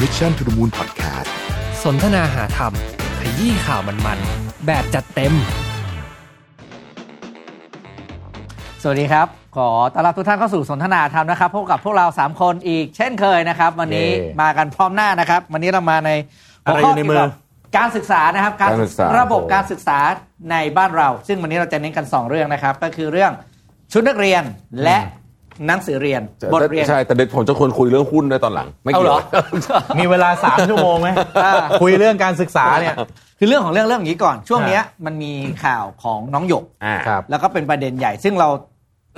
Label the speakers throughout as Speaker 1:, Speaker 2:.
Speaker 1: Mission to the Moon Podcast
Speaker 2: สนทนาหาธรรม ขยี้ข่าวมันๆ แบบจัดเต็ม
Speaker 3: สวัสดีครับ ขอต้อนรับทุกท่านเข้าสู่สนทนาธรรมนะครับพบกับพวกเรา 3 คนอีกเช่นเคยนะครับ วันนี้
Speaker 4: เย่
Speaker 3: มากันพร้อมหน้านะครับ วันนี้เรามาในหัว
Speaker 4: อะไรอ
Speaker 3: ข้
Speaker 4: ยู่ในมือ
Speaker 3: เกี่ยวกับการศึกษานะครับ
Speaker 4: การศึกษา
Speaker 3: ระบบ
Speaker 4: โอ้
Speaker 3: การศึกษาในบ้านเรา ซึ่งวันนี้เราจะเน้นกัน 2 เรื่องนะครับ ก็คือเรื่องชุดนักเรียนและหนังสือเรียนบทเรียน
Speaker 4: ใช่ แต่เด็กผมจะควรคุยเรื่องหุ้นในตอนหลัง ไม่เกี่ยว
Speaker 3: เอาเหรอ
Speaker 5: มีเวลาสามชั่วโมงไหม
Speaker 3: อ่า
Speaker 5: คุยเรื่องการศึกษาเนี่ย
Speaker 3: คือเรื่องของเรื่องเรื่องอย่างนี้ก่อนช่วงเนี้ยมันมีข่าวของน้องหยก
Speaker 4: อ่า
Speaker 5: ครับ
Speaker 3: แล้วก็เป็นประเด็นใหญ่ ซึ่งเรา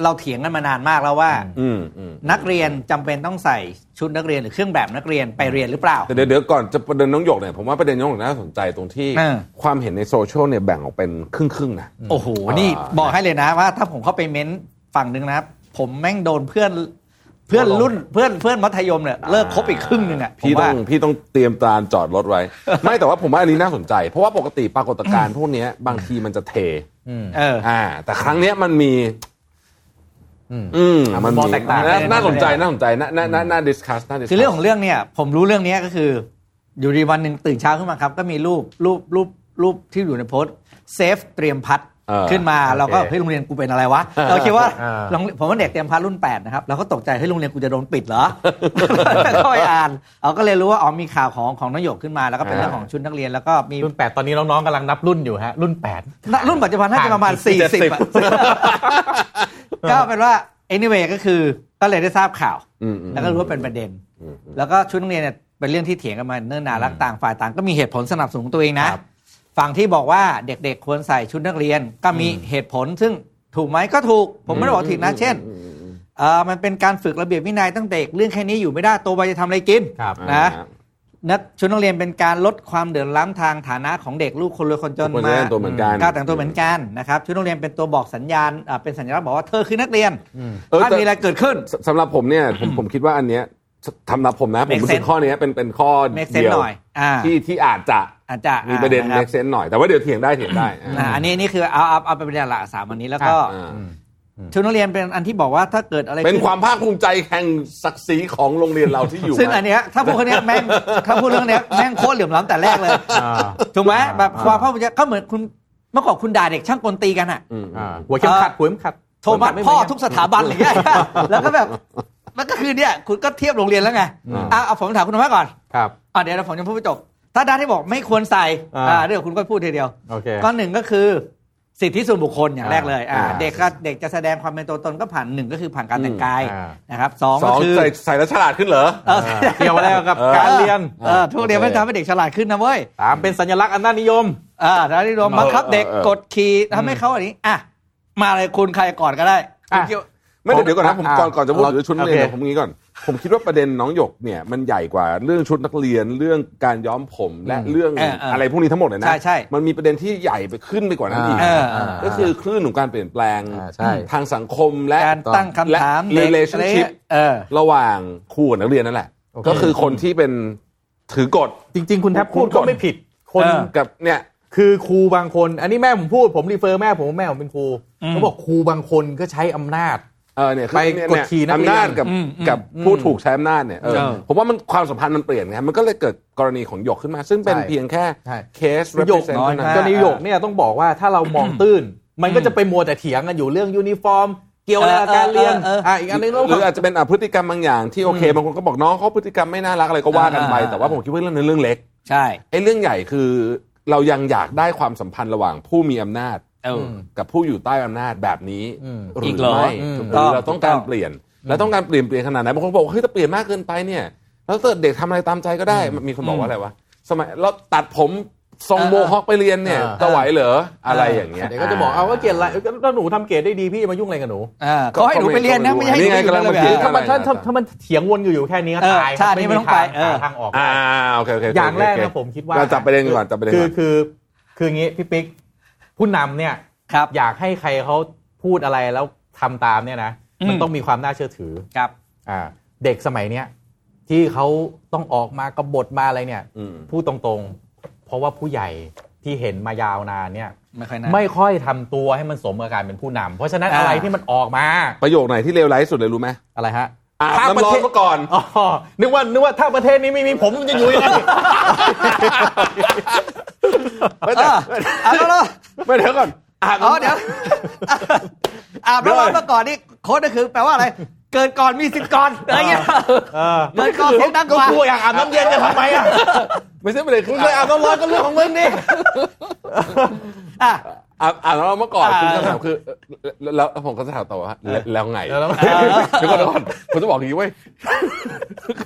Speaker 3: เราเถียงกันมานานมากแล้วว่า
Speaker 4: อืมอืม
Speaker 3: นักเรียนจำเป็นต้องใส่ชุดนักเรียนหรือเครื่องแบบนักเรียนไปเรียนหรือเปล่า
Speaker 4: แต่เดี๋ยวเดี๋ยวก่อนจะประเด็นน้องหยกเนี่ยผมว่าประเด็นน้องหยกน่าสนใจตรงที่
Speaker 3: อ่า
Speaker 4: ความเห็นในโซเชียลเนี่ยแบ่งออกเป็นครึ่งครึ่งๆนะ
Speaker 3: โอ้โห นี่บอกให้เลยนะว่า ถ้าผมเข้าไปเม้นต์ฝั่งหนึ่งนะ ผมแม่งโดนเพื่อนเพื่อนรุ่นเพื่อนเพื่อนมัธยมเนี่ยเลิกคบอีกครึ่งหนึ่งอ่ะผม
Speaker 4: พี่ต้
Speaker 3: ว่า
Speaker 4: องพี่ต้องเตรียมตาจอดรถไว้ ไม่แต่ว่าผมว่าอันนี้น่าสนใจ เพราะว่าปกติปรากฏการณ์พวกเนี้ยบางทีมันจะเท
Speaker 3: เออ
Speaker 4: อ่า แต่ครั้งเนี้ยมันมี อืมมัน
Speaker 5: มอง
Speaker 4: มี
Speaker 5: แตกต่าง
Speaker 4: น่า
Speaker 5: เลยนะ
Speaker 4: น่าสนใจน่าสนใจน่าน่าน่าน่าดิสคัสน่าดิสคัส
Speaker 3: คือเรื่องของเรื่องเนี่ย ผมรู้เรื่องเนี้ยก็คือ อยู่ดีวันหนึ่งตื่นเช้าขึ้นมาครับ ก็มีรูปรูปรูปรูปที่อยู่ในโพสต์เซฟเตรียมพัด
Speaker 4: เออ
Speaker 3: ขึ้นมา
Speaker 5: โอเค
Speaker 3: เราก็เฮ้ยโรงเรียนกูเป็นอะไรวะ เราคิดว่า
Speaker 5: อ่า
Speaker 3: โรงเรียนผมว่าเด็กเตรียมพัดรุ่น8นะครับเราก็ตกใจเฮ้ยโรงเรียนกูจะโดนปิด เหรอ ก็ไปอ่านเราก็เลยรู้ว่าอ๋อมีข่าวของของนโยกขึ้นมา แล้วก็เป็นเรื่อง
Speaker 4: อ่า
Speaker 3: ของชุดนักเรียนแล้วก็มี
Speaker 5: รุ่นแปดตอนนี้น้องๆกำลังนับรุ่นอยู่ฮะ รุ่นแปด
Speaker 3: รุ่นปัจจุบันน่าจะประมาณ
Speaker 5: สี่สิบ
Speaker 3: 40อะ ก็เป็นว่า anyway ก็คือก็เลยได้ทราบข่าว
Speaker 4: อืมอืม
Speaker 3: แล้วก็รู้ว่าเป็นประเด็น
Speaker 4: อืมอืม
Speaker 3: แล้วก็ชุดนักเรียนเนี่ยเป็นเรื่องที่เถียงกันมาเนิ่นนานรักต่างฝ่ายต่างก็มีเหตุผลสนับสนุนตัวเองนะ
Speaker 5: ครับ
Speaker 3: ฝั่งที่บอกว่าเด็กๆ ควรใส่ชุดนักเรียนก็มีเหตุผลซึ่งถูกไหมก็ถูก ผมไม่ได้บอกถูกนะ เช่นเอ่อมันเป็นการฝึกระเบียบวินัยตั้งแต่เด็กเรื่องแค่นี้อยู่ไม่ได้โตไปจะทำอะไรกิน
Speaker 5: ครับ
Speaker 3: นะ นักชุดนักเรียนเป็นการลดความเดือดร้อนทางฐานะของเด็กลูกคนรวยคนจน
Speaker 4: ทุกคน
Speaker 3: มา
Speaker 4: จะแต่งตัวเหมือนกัน
Speaker 3: กาวแต่งตัวเหมือนกันนะครับชุดนักเรียนเป็นตัวบอกสัญญาณอ่าเป็นสัญลักษณ์บอกว่าเธอคือนักเรียน
Speaker 4: เออ
Speaker 3: ถ้า
Speaker 4: แต่
Speaker 3: มีอะไรเกิดขึ้น
Speaker 4: สสำหรับผมเนี่ยผมผมคิดว่าอันเนี้ยทำหรับผมนะผม
Speaker 3: Make
Speaker 4: รู้สึก
Speaker 3: sense
Speaker 4: ข้อเนี้ยเป็นเป็นข้อ
Speaker 3: make
Speaker 4: เดี
Speaker 3: sense
Speaker 4: ยว
Speaker 3: หน่อยอ่า
Speaker 4: ที่ที่อาจจะ
Speaker 3: อาจจะ
Speaker 4: มีประเด็น
Speaker 3: อ่าครับ
Speaker 4: make sense หน่อยแต่ว่าเดี๋ยวเถียงได้เถียงได้
Speaker 3: อ่า
Speaker 4: อ่า
Speaker 3: อันนี้อันนี่คือเอาเอาเอาเป็นประเด็นหลักสามวันนี้แล้วก็
Speaker 4: อ่า
Speaker 3: ชุดนักเรียนเป็นอันที่บอกว่าถ้าเกิดอะไร
Speaker 4: เป็น
Speaker 3: ขึ้
Speaker 4: ความภาคภูมิใจแห่งศักดิ์ศรีของโรงเรียนเราที่อยู่
Speaker 3: ซึ่ง
Speaker 4: มา
Speaker 3: อันเนี้ยถ้าพูดคนเนี้ยแม่ง ถ้าพูดเรื่องเนี้ยแม่งโคตรเหลื่อมล้ำแต่แรกเลย
Speaker 5: อ่า
Speaker 3: ถูกไหมแบบ
Speaker 5: อ่า
Speaker 3: ความภาคภูมิใจก็เหมือนคุณเมื่อก่อนคุณด่าเด็กช่างกลตีกันอะ
Speaker 5: อ่าหัวเข็มขัดหัวเข็มขัด
Speaker 3: โทมัสพ่อทุกสถาบันอะไรเงี้ย แล้วก็แบบมันก็คือเนี่ยคุณก็เทียบโรงเรียนแล้วไง
Speaker 4: อืม
Speaker 3: อ่ะเอาผมถามคุณธรรมะก่อน
Speaker 5: ครับ
Speaker 3: อ่ะเดี๋ยวเราผมจะพูดไปจบถ้าด้านที่บอกไม่ควรใส่
Speaker 5: อ่า
Speaker 3: อ่าเรื่องคุณก็พูดทีเดียว
Speaker 5: โอเค
Speaker 3: ก้อนหนึ่งก็คือสิทธิส่วนบุคคลอย่างแรกเลยอ่า
Speaker 4: อ่า
Speaker 3: เด็กก็เด็กจะแสดงความเป็นตัวตนก็ผ่านหนึ่งก็คือผ่านการแต่งกาย
Speaker 5: อ่า
Speaker 3: นะครับสอง
Speaker 4: ส
Speaker 3: ก็
Speaker 4: อง
Speaker 3: คือ
Speaker 4: ใส่ใส่แล้วฉลาดขึ้นเหรอ
Speaker 3: เออ
Speaker 5: เกี่ยวอะไรกับ
Speaker 4: เออ
Speaker 5: การเรียน
Speaker 3: เออทุกเดียวมันทำให้เด็กฉลาดขึ้นนะเว้ย
Speaker 5: สามเป็นสัญลักษณ์อันน่านิยม
Speaker 3: เอ่าแล้วที่รวมบังคับเด็ก
Speaker 4: เออเออ
Speaker 3: กดขี่ทำให้เขาอันนี้อ่ะมาเลยคุณใครก่อนก็ได้
Speaker 5: อ่ะ
Speaker 3: คุณคิดว่า
Speaker 4: ไม่เดี๋ยวเดี๋ยวก่อนนะผม
Speaker 5: อ่า
Speaker 4: ก่อนก่อนจะพูด
Speaker 5: เรา
Speaker 4: ถึงชุดนักเรียน
Speaker 5: โอเค
Speaker 4: เดี๋ยวผมงี้ก่อน ผมคิดว่าประเด็นน้องหยกเนี่ยมันใหญ่กว่าเรื่องชุดนักเรียนเรื่องการย้อมผมและเรื่อง
Speaker 3: เออเอออ
Speaker 4: อะไรพวกนี้ทั้งหมดเลยนะ
Speaker 3: ใช่ใช่
Speaker 4: มันมีประเด็นที่ใหญ่ไปขึ้นไปกว่านั้นอีก
Speaker 3: เออ
Speaker 4: ก็คือคลื่นของการเปลี่ยนแปลง
Speaker 5: อ่าใช่
Speaker 4: ทางสังคมและ
Speaker 3: การตั้งคำถาม
Speaker 4: และ
Speaker 3: เด็กอะไร
Speaker 4: relationship
Speaker 3: เออ
Speaker 4: ระหว่างครูกับนักเรียนนั่นแหละ
Speaker 5: โอเค
Speaker 4: ก็คือคนที่เป็นถือกฎ
Speaker 5: จริง ๆ คุณแทบพูด
Speaker 4: พูดก่
Speaker 5: ก็
Speaker 4: อน
Speaker 5: ไม่ผิด คน
Speaker 3: เออ
Speaker 4: กับเนี่ย
Speaker 5: คือครูบางคน อันนี้แม่ผมพูด ผมรีเฟอร์แม่ผมว่าแม่ผมเป็นครูเขาบอกครูบางคนก็ใช้อำนาจ
Speaker 4: เออเนี่ยคือ
Speaker 5: ไป
Speaker 4: เนี่ย
Speaker 5: กดขี่นักเรียน
Speaker 4: อำนาจกับ
Speaker 3: อืมอืม
Speaker 4: กับผู้ถูกใช้อำนาจเนี่ยเออ
Speaker 3: เออ
Speaker 4: ผมว่ามันความสัมพันธ์มันเปลี่ยนไงมันก็เลยเกิดกรณีของหยกขึ้นมา ซึ่งเป็น
Speaker 5: ใช่
Speaker 4: เพียงแค่
Speaker 5: ใช่
Speaker 4: เคส
Speaker 5: หยก
Speaker 4: represent
Speaker 5: น้อย
Speaker 4: เท่านั้
Speaker 5: มาก
Speaker 4: น
Speaker 5: กรณีหยกเนี่ยต้องบอกว่าถ้าเรามองตื้น มันก็จะไปมัวแต่เถียงกันอยู่เรื่องยูนิฟอร์ม เกี่ยวอะไรกับการเรียน
Speaker 3: เออเออเออ
Speaker 5: อ่ะอีกอันนึง
Speaker 4: ห
Speaker 5: ต้อง
Speaker 4: รือ
Speaker 5: บอก
Speaker 4: อาจจะเป็นอ่ะพฤติกรรมบางอย่างที่โอเคบางคนก็บอกน้องเขาพฤติกรรมไม่น่ารักอะไรก็ว่ากันไป
Speaker 3: อ่า
Speaker 4: แต่ว่าผมคิดว่าเรื่องนั้นเรื่องเล็ก
Speaker 3: ใช่
Speaker 4: ไอ้เรื่องใหญ่คือ เรายังอยากได้ความสัมพันธ์ระหว่างผู้มีอำนาจ
Speaker 3: เออ
Speaker 4: กับผู้อยู่ใต้อำนาจแบบนี้
Speaker 5: อืม
Speaker 4: หรื
Speaker 3: อี
Speaker 4: อก
Speaker 3: เหรอ
Speaker 4: ไม่
Speaker 5: อืม
Speaker 4: ห
Speaker 3: ต้
Speaker 4: รืออง เราต้องการ
Speaker 3: ต้อง
Speaker 4: เปลี่ยน แล้วต้องการเปลี่ยนเปลี่ยนขนาดไหนบางคนบอกเฮ้ยถ้าเปลี่ยนมากเกินไปเนี่ย แล้วถ้าเด็กทำอะไรตามใจก็ได้มีคนบอกว่าอะไรวะสมัยเราตัดผมทรงโมฮอคไปเรียนเนี่ย
Speaker 5: เออ
Speaker 4: จะไหวเหรออะไรอย่างเงี้ย
Speaker 5: เดี๋ยวก็จะบอกเอาว่าเกลียดอะไรก็ก็หนูทำเกลียดได้ดีพี่มายุ่งอะไรกับหนู
Speaker 3: เออเขาให้หนูไปเรียนนะไม่ให้หนู
Speaker 4: นี่
Speaker 3: ไป
Speaker 4: ง
Speaker 3: อยู่
Speaker 4: กำ
Speaker 3: ใน
Speaker 4: ลัง
Speaker 3: ระ
Speaker 4: มา
Speaker 3: เบีย
Speaker 4: เถีย
Speaker 3: บ
Speaker 5: ถ้า
Speaker 4: ง
Speaker 5: มันถ้า
Speaker 4: อะไร
Speaker 5: ถ้าถ้ามันเถียงวนอยู่อยู่แค่นี้ก็
Speaker 3: เออ
Speaker 5: ตาย
Speaker 3: ชาตินี้ไม่ต้องไปเออ
Speaker 5: หาทางออก
Speaker 4: อ่าโอเคโอเคโเค
Speaker 5: อย่างแรก
Speaker 4: โ
Speaker 5: นะผมคิดว่า
Speaker 4: เราจับประเด็นก่อนจับประเด็น
Speaker 5: คื
Speaker 4: ก่
Speaker 5: อ
Speaker 4: อน
Speaker 5: คือคืออย่างงี้พี่ปิ๊กผู้นำเนี่ย
Speaker 3: ครับ
Speaker 5: อยากให้ใครเขาพูดอะไรแล้วทำตามเนี่ยนะ
Speaker 3: อืม
Speaker 5: มันต้องมีความน่าเชื่อถือ
Speaker 3: ครับ
Speaker 5: อ่าเด็กสมัยเนี้ยที่เขาต้องออกมากบฏมาอะไรเนี่ย
Speaker 4: อืม
Speaker 5: พูดตรงๆ เพราะว่าผู้ใหญ่ที่เห็นมายาวนานเนี่ย
Speaker 3: ไม่ค่อยน่า
Speaker 5: ไม่ค่อยทำตัวให้มันสมกับการเป็นผู้นำเพราะฉะนั้น
Speaker 3: อ่า
Speaker 5: อะไรที่มันออกมา
Speaker 4: ประโยคไหนที่เลวร้ายที่สุดเลยรู้ไหม
Speaker 5: อะไรฮะ
Speaker 4: อาบ
Speaker 5: ถ้าประ
Speaker 4: น้ำร้อ
Speaker 5: เท
Speaker 4: น
Speaker 5: ศ
Speaker 4: ซะก่อน
Speaker 5: อ๋อนึกว่านึกว่าถ้าประเทศนี้ไม่มีผมมันจะอยู่ยังไง
Speaker 4: ไม่แต่
Speaker 3: อ่ะเอาแล้วแล้ว
Speaker 4: ไม่เดี๋ยวก่อนอาบ
Speaker 3: อ๋อ
Speaker 4: น้ำ
Speaker 3: เดี๋ยว อาบน้ำร้อนมาก่อนนี่โค้ดก็คือแปลว่าอะไร เกิดก่อนมีสิทธิ์ก่อนอะไรเงี้ยเกิดก่อนเสียงดังกว่า
Speaker 5: กูอยากอาบน้ำเย็นเนี่ยทำไมอ่ะ
Speaker 4: ไม่ใช่ประเด็นคือ
Speaker 5: เคยอาบน้ำร้อนก็เรื่องของมึงดิ
Speaker 3: อ่ะ
Speaker 4: อาบอาบน้ำร้อนมาก่อน
Speaker 3: อ่า
Speaker 4: คุณคำถามคือแล้วแล้วแล้วผมก็จะถามต่อว่าแล้วแล้วไง
Speaker 5: แล้วแล้ว
Speaker 4: เดี๋ยวก่อนเดี๋ยวก่อนผมจะบอกอย่างนี้เว้ย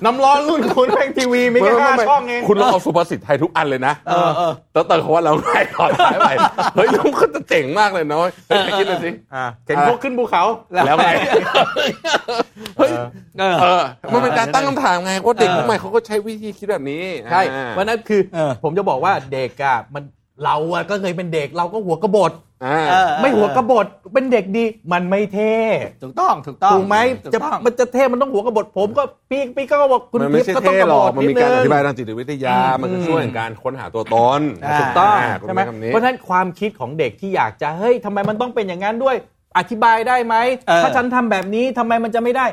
Speaker 5: น้ำร้อนรุ่นคุณแม่งทีวีมีแค่ห้า
Speaker 4: ไม่ไม่ไม่
Speaker 5: ช่องเอง
Speaker 4: คุณลองเอาสุภาษิตไทยทุกอันเลยนะ
Speaker 3: เออเออ
Speaker 4: แล้วเติมคำว่าแล้วไงต่อท้ายไปเฮ้ยลุงก็จะเจ๋งมากเลยน้อยเฮ้ยคิดเลยสิ
Speaker 5: อ่ะเห็นพวกขึ้นภูเขา
Speaker 4: แล้วไงเฮ้ย
Speaker 3: เออ
Speaker 4: เออมันเป็นการตั้งคำถามไงว่าเด็กรุ่นใหม่เขาก็ใช้วิธีคิดแบบนี้
Speaker 5: ใช่
Speaker 4: อ่า
Speaker 5: วันนั้นคือ
Speaker 3: เออ
Speaker 5: ผมจะบอกว่าเด็กอ่ะมันเราอ่ะก็เคยเป็นเด็กเราก็หัวกระบฏ
Speaker 4: อ่า
Speaker 3: เออ
Speaker 5: ไม่หัวกระบฏเป็นเด็กดีมันไม่เท่
Speaker 3: ถูกต้องถูกต้อง
Speaker 5: ถูกไหม
Speaker 3: ถูก
Speaker 5: จะ
Speaker 3: ต้อง
Speaker 5: มันจะเท่มันต้องหัวกระบฏผมก็พี่พี่ก็บอกคุณ
Speaker 4: มันไม่ใช่
Speaker 5: ก็ต้อ
Speaker 4: เท่
Speaker 5: งก
Speaker 4: หร
Speaker 5: ระ
Speaker 4: อบ ก
Speaker 5: ฏ
Speaker 4: มัน
Speaker 5: นิ
Speaker 4: มี
Speaker 5: ด
Speaker 4: การ
Speaker 5: นึ
Speaker 4: อง ธิบายทางจิตวิทยา มันคือช่วยในการค้นหาตัวตน
Speaker 3: อ่า
Speaker 4: ถูก
Speaker 5: ต้
Speaker 4: ต้อ
Speaker 5: อง ง
Speaker 4: คุณ
Speaker 5: ใช่ไหม
Speaker 4: ใช้คำนี้
Speaker 5: เพราะฉะนั้นความคิดของเด็กที่อยากจะเฮ้ยทำไมมันต้องเป็นอย่างนั้นด้วย อธิบายได้ไหม
Speaker 3: เออ
Speaker 5: ถ้าฉันทำแบบนี้ทำไมมันจะไม่ได้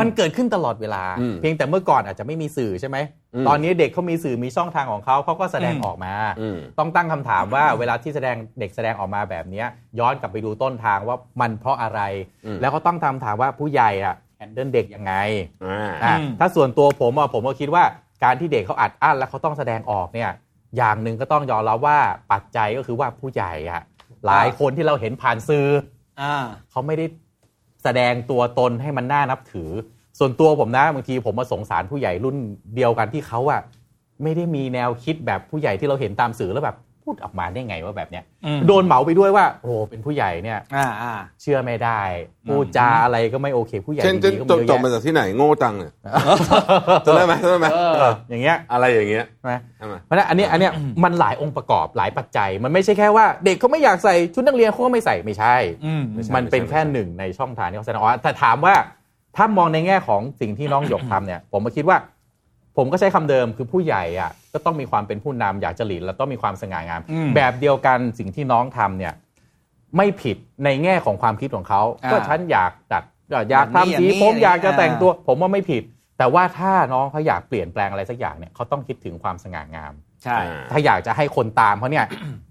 Speaker 5: มันเกิดขึ้นตลอดเวลา
Speaker 4: อืม
Speaker 5: เพียงแต่เมื่อก่อนอาจจะไม่มีสื่อใช่ไหม
Speaker 4: อืม
Speaker 5: ตอนนี้เด็กเขามีสื่อมีช่องทางของเขาเขาก็แสดง
Speaker 3: อืม
Speaker 5: ออกมา
Speaker 4: อืม
Speaker 5: ต้องตั้งคำถามว่าเวลาที่แสดงเด็กแสดงออกมาแบบเนี้ยย้อนกลับไปดูต้นทางว่ามันเพราะอะไร
Speaker 4: อืม
Speaker 5: แล้วก็ต้องตามถามว่าผู้ใหญ่อะแอนเดิลเด็กยังไง
Speaker 4: อ่า
Speaker 5: อ่ะ
Speaker 3: อืม
Speaker 5: ถ้าส่วนตัวผมอะผมก็คิดว่าการที่เด็กเขาอัดอั้นแล้วเขาต้องแสดงออกเนี่ยอย่างหนึ่งก็ต้องยอมรับว่าปัจจัยก็คือว่าผู้ใหญ่อะหลายคนที่เราเห็นผ่านสื่อ
Speaker 3: อ่า
Speaker 5: เขาไม่ได้แสดงตัวตนให้มันน่านับถือ ส่วนตัวผมนะบางทีผมมาสงสารผู้ใหญ่รุ่นเดียวกันที่เขาอะไม่ได้มีแนวคิดแบบผู้ใหญ่ที่เราเห็นตามสื่อแล้วแบบพูดออกมาได้ไงว่าแบบเนี้ย
Speaker 3: อืม
Speaker 5: โดนเหมาไปด้วยว่า โอ้โหเป็นผู้ใหญ่เนี่ย
Speaker 3: อ่าอ่า
Speaker 5: เชื่อไม่ได้พูดจาอะไรก็ไม่โอเค ผู้ใหญ่
Speaker 4: เช่น
Speaker 5: ดีๆก็
Speaker 4: จ
Speaker 5: มี
Speaker 4: บ
Speaker 5: เยอะ
Speaker 4: จบมา
Speaker 5: แยะ
Speaker 4: จากที่ไหนโง่จังเนี่ยจำได้ไหมจำได้ไหม
Speaker 5: เอออย่างเงี้ย
Speaker 4: อะไรอย่างเงี้ย
Speaker 5: ใช่ไหม
Speaker 4: ใช่ไหม
Speaker 5: เพราะฉะนั้นอันเนี้ยอันเนี้ยมันหลายองค์ประกอบหลายปัจจัย มันไม่ใช่แค่ว่าเด็กเขาไม่อยากใส่ชุดนักเรียนเขาก็ไม่ใส่ไม่ใช่
Speaker 3: อืม
Speaker 5: ไม่ใช่ มันเป็น
Speaker 4: ไม่ใช่
Speaker 5: แค่หนึ่งในช่องทางที่เขาแสดงออกแต่ถามว่าถ้ามองในแง่ของสิ่งที่น้องหยกทำเนี่ย ผมมาคิดว่า ผมก็ใช้คำเดิมคือผู้ใหญ่อะก็ต้องมีความเป็นผู้นำอยากจะหลีดแล้วต้องมีความสง่างาม
Speaker 3: อืม
Speaker 5: แบบเดียวกันสิ่งที่น้องทำเนี่ย ไม่ผิดในแง่ของความคิดของเขา
Speaker 3: อ่า
Speaker 5: ก็ฉันอยากดัดอยาก
Speaker 3: แบบนี้
Speaker 5: ทำสี
Speaker 3: อย่างนี้
Speaker 5: ผมอยากจะ
Speaker 3: อ่า
Speaker 5: แต่งตัว ผมว่าไม่ผิด แต่ว่าถ้าน้องเขาอยากเปลี่ยนแปลงอะไรสักอย่างเนี่ยเขาต้องคิดถึงความสง่างาม
Speaker 3: ใช่
Speaker 4: อ่า
Speaker 5: ถ้าอยากจะให้คนตามเขา เนี่ย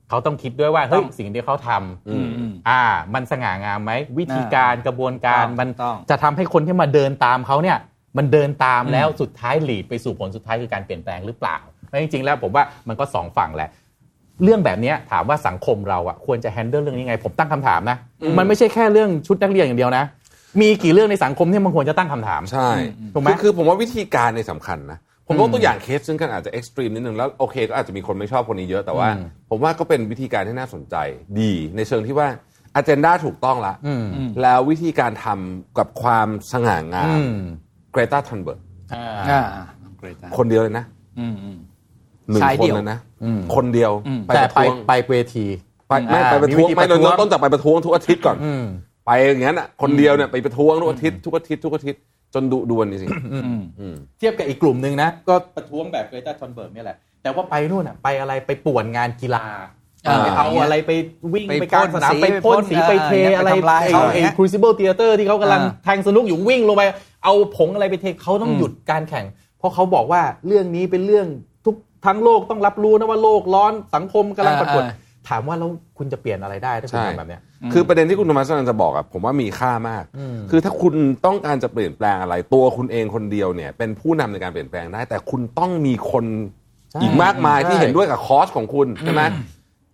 Speaker 5: เขาต้องคิดด้วยว่าเฮ้ยสิ่งที่เขาทำ
Speaker 4: อื
Speaker 3: อื
Speaker 4: ม
Speaker 3: มอืม
Speaker 5: อ่า มันสง่างามไหมวิธีการกระบวนการ
Speaker 3: ต้อง
Speaker 5: มัน
Speaker 3: ต้อง
Speaker 5: จะทำให้คนที่มาเดินตามเขาเนี่ย มันเดินตาม
Speaker 3: อืม
Speaker 5: แล้วสุดท้ายหลีดไปสู่ผลสุดท้ายคือการเปลี่ยนแปลงหรือเปล่าแล้วจริงๆแล้วผมว่ามันก็สองฝั่งแหละ เรื่องแบบเนี้ยถามว่าสังคมเราอะควรจะแฮนเดิลเรื่องนี้ยังไง ผมตั้งคำถามนะ
Speaker 4: อืม
Speaker 5: มันไม่ใช่แค่เรื่องชุดนักเรียนอย่างเดียวนะ มีกี่เรื่องในสังคมที่มันควรจะตั้งคำถาม
Speaker 4: ใช่
Speaker 5: ถูกไหม
Speaker 4: คือคือผมว่าวิธีการในยสำคัญนะ ผมย
Speaker 5: อื
Speaker 4: ก
Speaker 5: ม
Speaker 4: ตัวอย่างเคสซึ่งกันอาจจะเอ็กซ์ตรีมนิดนึงแล้วโอเคก็อาจจะมีคนไม่ชอบคนนี้เยอะแต่ว่า
Speaker 5: อืม
Speaker 4: ผมว่าก็เป็นวิธีการที่น่าสนใจดีในเชิงที่ว่าอ g e n d a ถูกต้องละ
Speaker 5: อืม
Speaker 4: แล้ววิธีการทำกับความสง่างา
Speaker 5: อื
Speaker 4: ม
Speaker 5: ม
Speaker 4: เกรตาทันเบิร์ก
Speaker 5: อ่า
Speaker 3: อ่าอ่าเกรดอ่ะ
Speaker 4: คนเดียวเลยนะ
Speaker 3: อืมอืม
Speaker 4: หนึ่ง
Speaker 3: สาย
Speaker 4: คน
Speaker 3: เดี่ยว
Speaker 4: เลยนะ
Speaker 5: อืม
Speaker 4: คนเดียว
Speaker 3: อืม
Speaker 4: ไป
Speaker 5: แต่
Speaker 4: ป
Speaker 5: ไป
Speaker 4: ระท้วง
Speaker 5: ไปเวที
Speaker 4: ไปไม่
Speaker 5: อ่า
Speaker 4: ไปประท้วง
Speaker 5: มีวิธี
Speaker 4: ไม่
Speaker 5: ป
Speaker 4: เรา
Speaker 5: ระท้วง
Speaker 4: เริ่มต้นจากไปประท้วงทุกอาทิตย์ก่อน
Speaker 5: อืม
Speaker 4: ไปอย่างนั้นอ่ะคนเดียวเนี่ยไปประท้วงทุกอาทิตย์ทุกอาทิตย์ทุกอาทิตย์จนดุดวนจริง
Speaker 3: อืม
Speaker 4: ๆอืม
Speaker 5: เทียบกับอีกกลุ่มหนึ่งนะ ก็ประท้วงแบบเกรตาทอนเบิร์กนี่ยแหละ แต่ว่าไปนู่นอ่ะ ไปอะไรไปป่วนงานกีฬา
Speaker 3: อ่า
Speaker 5: ไปเอาอะไรไปวิ่ง
Speaker 3: ไป
Speaker 5: ไปกลารสนาม
Speaker 3: พ่
Speaker 5: ไป
Speaker 3: นสี
Speaker 5: พ่นสี
Speaker 3: ไป
Speaker 5: ไป
Speaker 3: พ่น
Speaker 5: เท
Speaker 3: เอออ
Speaker 5: อะไร
Speaker 3: ย่าไปทำร้าย
Speaker 5: ไอ้
Speaker 3: เขา
Speaker 5: ไอ้
Speaker 3: เนี่ย
Speaker 5: ครูซิเบิลเทเตอร์ที่เขากำลัง
Speaker 3: อ่า
Speaker 5: แทงสนุกอยู่วิ่งลงไป เอาผงอะไรไปเทเขาต้อง
Speaker 3: อืม
Speaker 5: หยุดการแข่ง เพราะเขาบอกว่าเรื่องนี้เป็นเรื่องทุกทั้งโลกต้องรับรู้นะว่าโลกร้อนสังคมกำลังปรากฏถามว่าแล้วคุณจะเปลี่ยนอะไรได้ถ้าคุณ
Speaker 4: ใช่
Speaker 5: ทำแบบเนี้ย
Speaker 4: คือประเด็นที่คุณธรรมสกำลันจะบอกอ่ะผมว่ามีค่ามาก
Speaker 5: อืม
Speaker 4: คือถ้าคุณต้องการจะเปลี่ยนแปลงอะไร ตัวคุณเองคนเดียวเนี่ย เป็นผู้นำในการเปลี่ยนแปลงได้ แต่คุณต้องมีคนอีกมากมายที่เห็นด้วยกับคอสของคุณใช่ไหม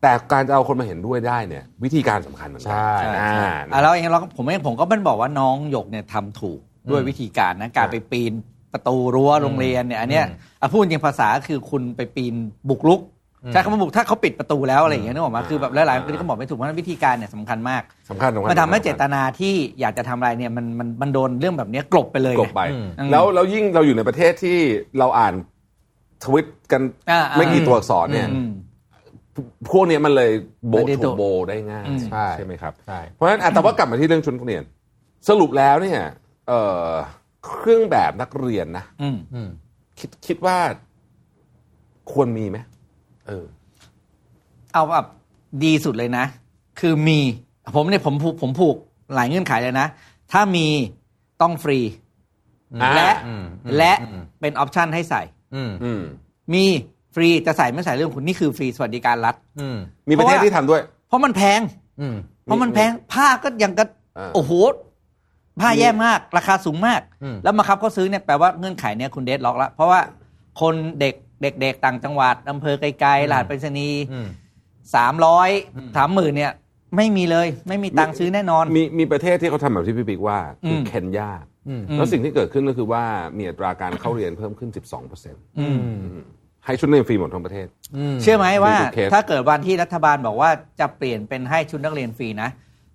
Speaker 4: แต่การจะเอาคนมาเห็นด้วยได้เนี่ย วิธีการสำคัญเหมือนกั
Speaker 5: ใช่
Speaker 4: อ่า
Speaker 3: อ่ะแล้วเองเราก็ผมเองผมก็มันบอกว่าน้องหยกเนี่ยทำถูกด้วย
Speaker 5: อืม
Speaker 3: วิธีการนะการไปปีนประตูรั้วโรงเรียนเนี่ยอันเนี้ย
Speaker 5: อืม
Speaker 3: อ่ะพูดจริงภาษาคือคุณไปปีนบุกลุก
Speaker 5: อืม
Speaker 3: ใช้คำว่าบุกถ้าเขาปิดประตูแล้วอะไรอย่างเงี้ยนึกออกมาคือแบบหลายๆคนก็บอกไม่ถูกเพราะฉะนั้นวิธีการเนี่ยสำคัญมาก
Speaker 4: สำคัญสำคัญ
Speaker 3: มันทำให้เจตนาที่อยากจะทำอะไรเนี่ยมันมันมันโดนเรื่องแบบเนี้ยกลบไปเลย
Speaker 4: กลบไป
Speaker 5: อืม
Speaker 4: แล้วแล้วยิ่งเราอยู่ในประเทศที่เราอ่านทวิตกัน
Speaker 3: อ่าอ่า
Speaker 4: ไม่กี่ตัวอักษรเนี่ย
Speaker 3: อืม
Speaker 4: พวกเนี้ยมันเลยโบ
Speaker 3: ไม่ได้
Speaker 4: ถู
Speaker 3: โด
Speaker 4: ก
Speaker 3: ด
Speaker 4: โบได้ง่าย
Speaker 3: อืม
Speaker 5: ใช่
Speaker 4: ไหมครับ
Speaker 5: ใช่
Speaker 4: เพราะฉะนั้นอ่ะแต่ว่ากลับมาที่เรื่องชุดนักเรียน สรุปแล้วเนี่ยเอ่อเครื่องแบบนักเรียนนะ
Speaker 3: อืม
Speaker 5: อืม
Speaker 4: คิดคิดว่าควรมีไหมเออ
Speaker 3: เอาแบบดีสุดเลยนะ คือมีผมเนี่ยผมผูกผมผูกหลายเงื่อนไขเลยนะ ถ้ามีต้องฟรี
Speaker 4: อ่า
Speaker 3: และ
Speaker 5: อืม
Speaker 3: และ
Speaker 5: อืม
Speaker 3: เป็นออปชันให้ใส่
Speaker 5: อืม
Speaker 4: อืม
Speaker 3: มีฟรีจะใส่ไม่ใส่เรื่องคุณนี่คือฟรีสวัสดิการรัฐ
Speaker 5: อืม
Speaker 4: มีประเทศ
Speaker 3: เพราะว่า
Speaker 4: ที่ทำด้วย
Speaker 3: เพราะมันแพง
Speaker 5: อืม
Speaker 3: เพราะมันแพงผ้าก็ยังก็
Speaker 4: อ่า
Speaker 3: โอ้โหผ้าแย่มาก ราคาสูงมาก
Speaker 5: อืม
Speaker 3: แล้วมาครับก็ซื้อเนี่ยแปลว่าเงื่อนไขเนี่ยคุณเดทล็อกละเพราะว่าคนเด็กเด็กๆต่างจังหวัดอำเภอไกลๆหลาดไปรษณีย์
Speaker 5: อืม
Speaker 3: สามร้อย
Speaker 5: อืม
Speaker 3: สามหมื่นเนี่ย ไม่มีเลย ไม่มีตังค์ซื้อแน่นอน
Speaker 4: มีมีประเทศที่เขาทำแบบที่พี่ปิ๊กว่าคืออ
Speaker 3: ม
Speaker 4: เคนยา
Speaker 5: อืม
Speaker 3: อืม
Speaker 4: แล้วสิ่งที่เกิดขึ้นก็คือว่ามีอัตราการเข้าเรียนเพิ่มขึ้น 12เปอร์เซ็นต์
Speaker 3: อืม
Speaker 4: ให้ชุดนักเรียนฟรีหมดทั้งประเทศ
Speaker 5: อืม
Speaker 3: เชื่อไหมว่า
Speaker 4: มีทุกเคส
Speaker 3: ถ้าเกิดวันที่รัฐบาลบอกว่าจะเปลี่ยนเป็นให้ชุดนักเรียนฟรีนะ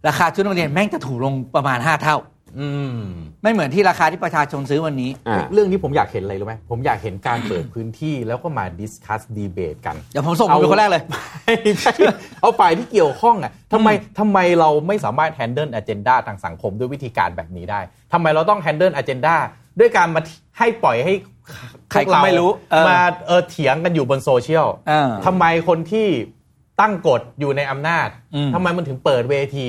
Speaker 3: ราคาชุดนักเรียนแม่งจะถูกลงประมาณ 5 เท่า
Speaker 5: อืม
Speaker 3: ไม่เหมือนที่ราคาที่ประชาชนซื้อวันนี้
Speaker 4: อ่า
Speaker 5: เรื่องนี้ผมอยากเห็นอะไรรู้ไหมผมอยากเห็นการเปิดพื้นที่แล้วก็มาดิสคัสดีเบตกัน
Speaker 3: เดี๋ยวผมส่งคุณเป็นคนแรกเลย
Speaker 5: ไม่ใช่เอาฝ่ายที่เกี่ยวข้องอ่ะทำไมทำไมเราไม่สามารถ handle agenda ทางสังคมด้วยวิธีการแบบนี้ได้ทำไมเราต้อง handle agenda ด้วยการมาให้ปล่อยให้
Speaker 3: ใครก็
Speaker 5: พวเรา
Speaker 3: ไม่รู้เออ
Speaker 5: มาเออเถียงกันอยู่บนโซเชียล
Speaker 3: เออ
Speaker 5: ทำไมคนที่ตั้งกฎอยู่ในอำนาจ
Speaker 3: อืม
Speaker 5: ทำไมมันถึงเปิดเวที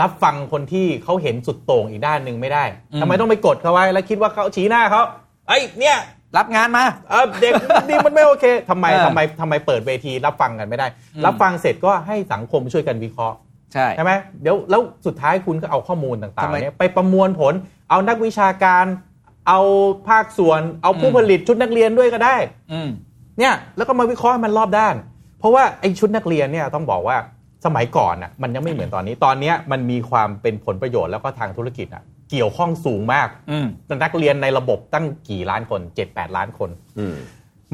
Speaker 5: รับฟังคนที่เขาเห็นสุดโต่งอีกด้านหนึ่งไม่ได้
Speaker 3: อืม
Speaker 5: ทำไมต้องไปกดเขาไว้แล้วคิดว่าเขาชี้หน้าเขาไอ้ยเนี่ย
Speaker 3: รับงานมา
Speaker 5: เออเด็กนี่มันไม่โอเคทำไม
Speaker 3: เออ
Speaker 5: ทำไมทำไมเปิดเวทีรับฟังกันไม่ได้ รับฟังเสร็จก็ให้สังคมช่วยกันวิเคราะห์
Speaker 3: ใช่
Speaker 5: ใช่ไหมเดี๋ยวแล้วสุดท้ายคุณก็เอาข้อมูลต่าง
Speaker 3: ทำไม
Speaker 5: ๆเนี่ยไปประมวลผล เอานักวิชาการ เอาภาคส่วน เอาผู้
Speaker 3: อืม
Speaker 5: ผลิตชุดนักเรียนด้วยก็ได้
Speaker 3: อืม
Speaker 5: เนี่ยแล้วก็มาวิเคราะห์ให้มันรอบด้าน เพราะว่าไอ้ชุดนักเรียนเนี่ยต้องบอกว่าสมัยก่อนน่ะมันยังไม่เหมือนตอนนี้ตอนเนี้ยมันมีความเป็นผลประโยชน์แล้วก็ทางธุรกิจอ่ะเกี่ยวข้องสูงมาก
Speaker 3: อืม
Speaker 5: นักเรียนในระบบตั้งกี่ล้านคน 7-8 ล้านคน
Speaker 4: อืม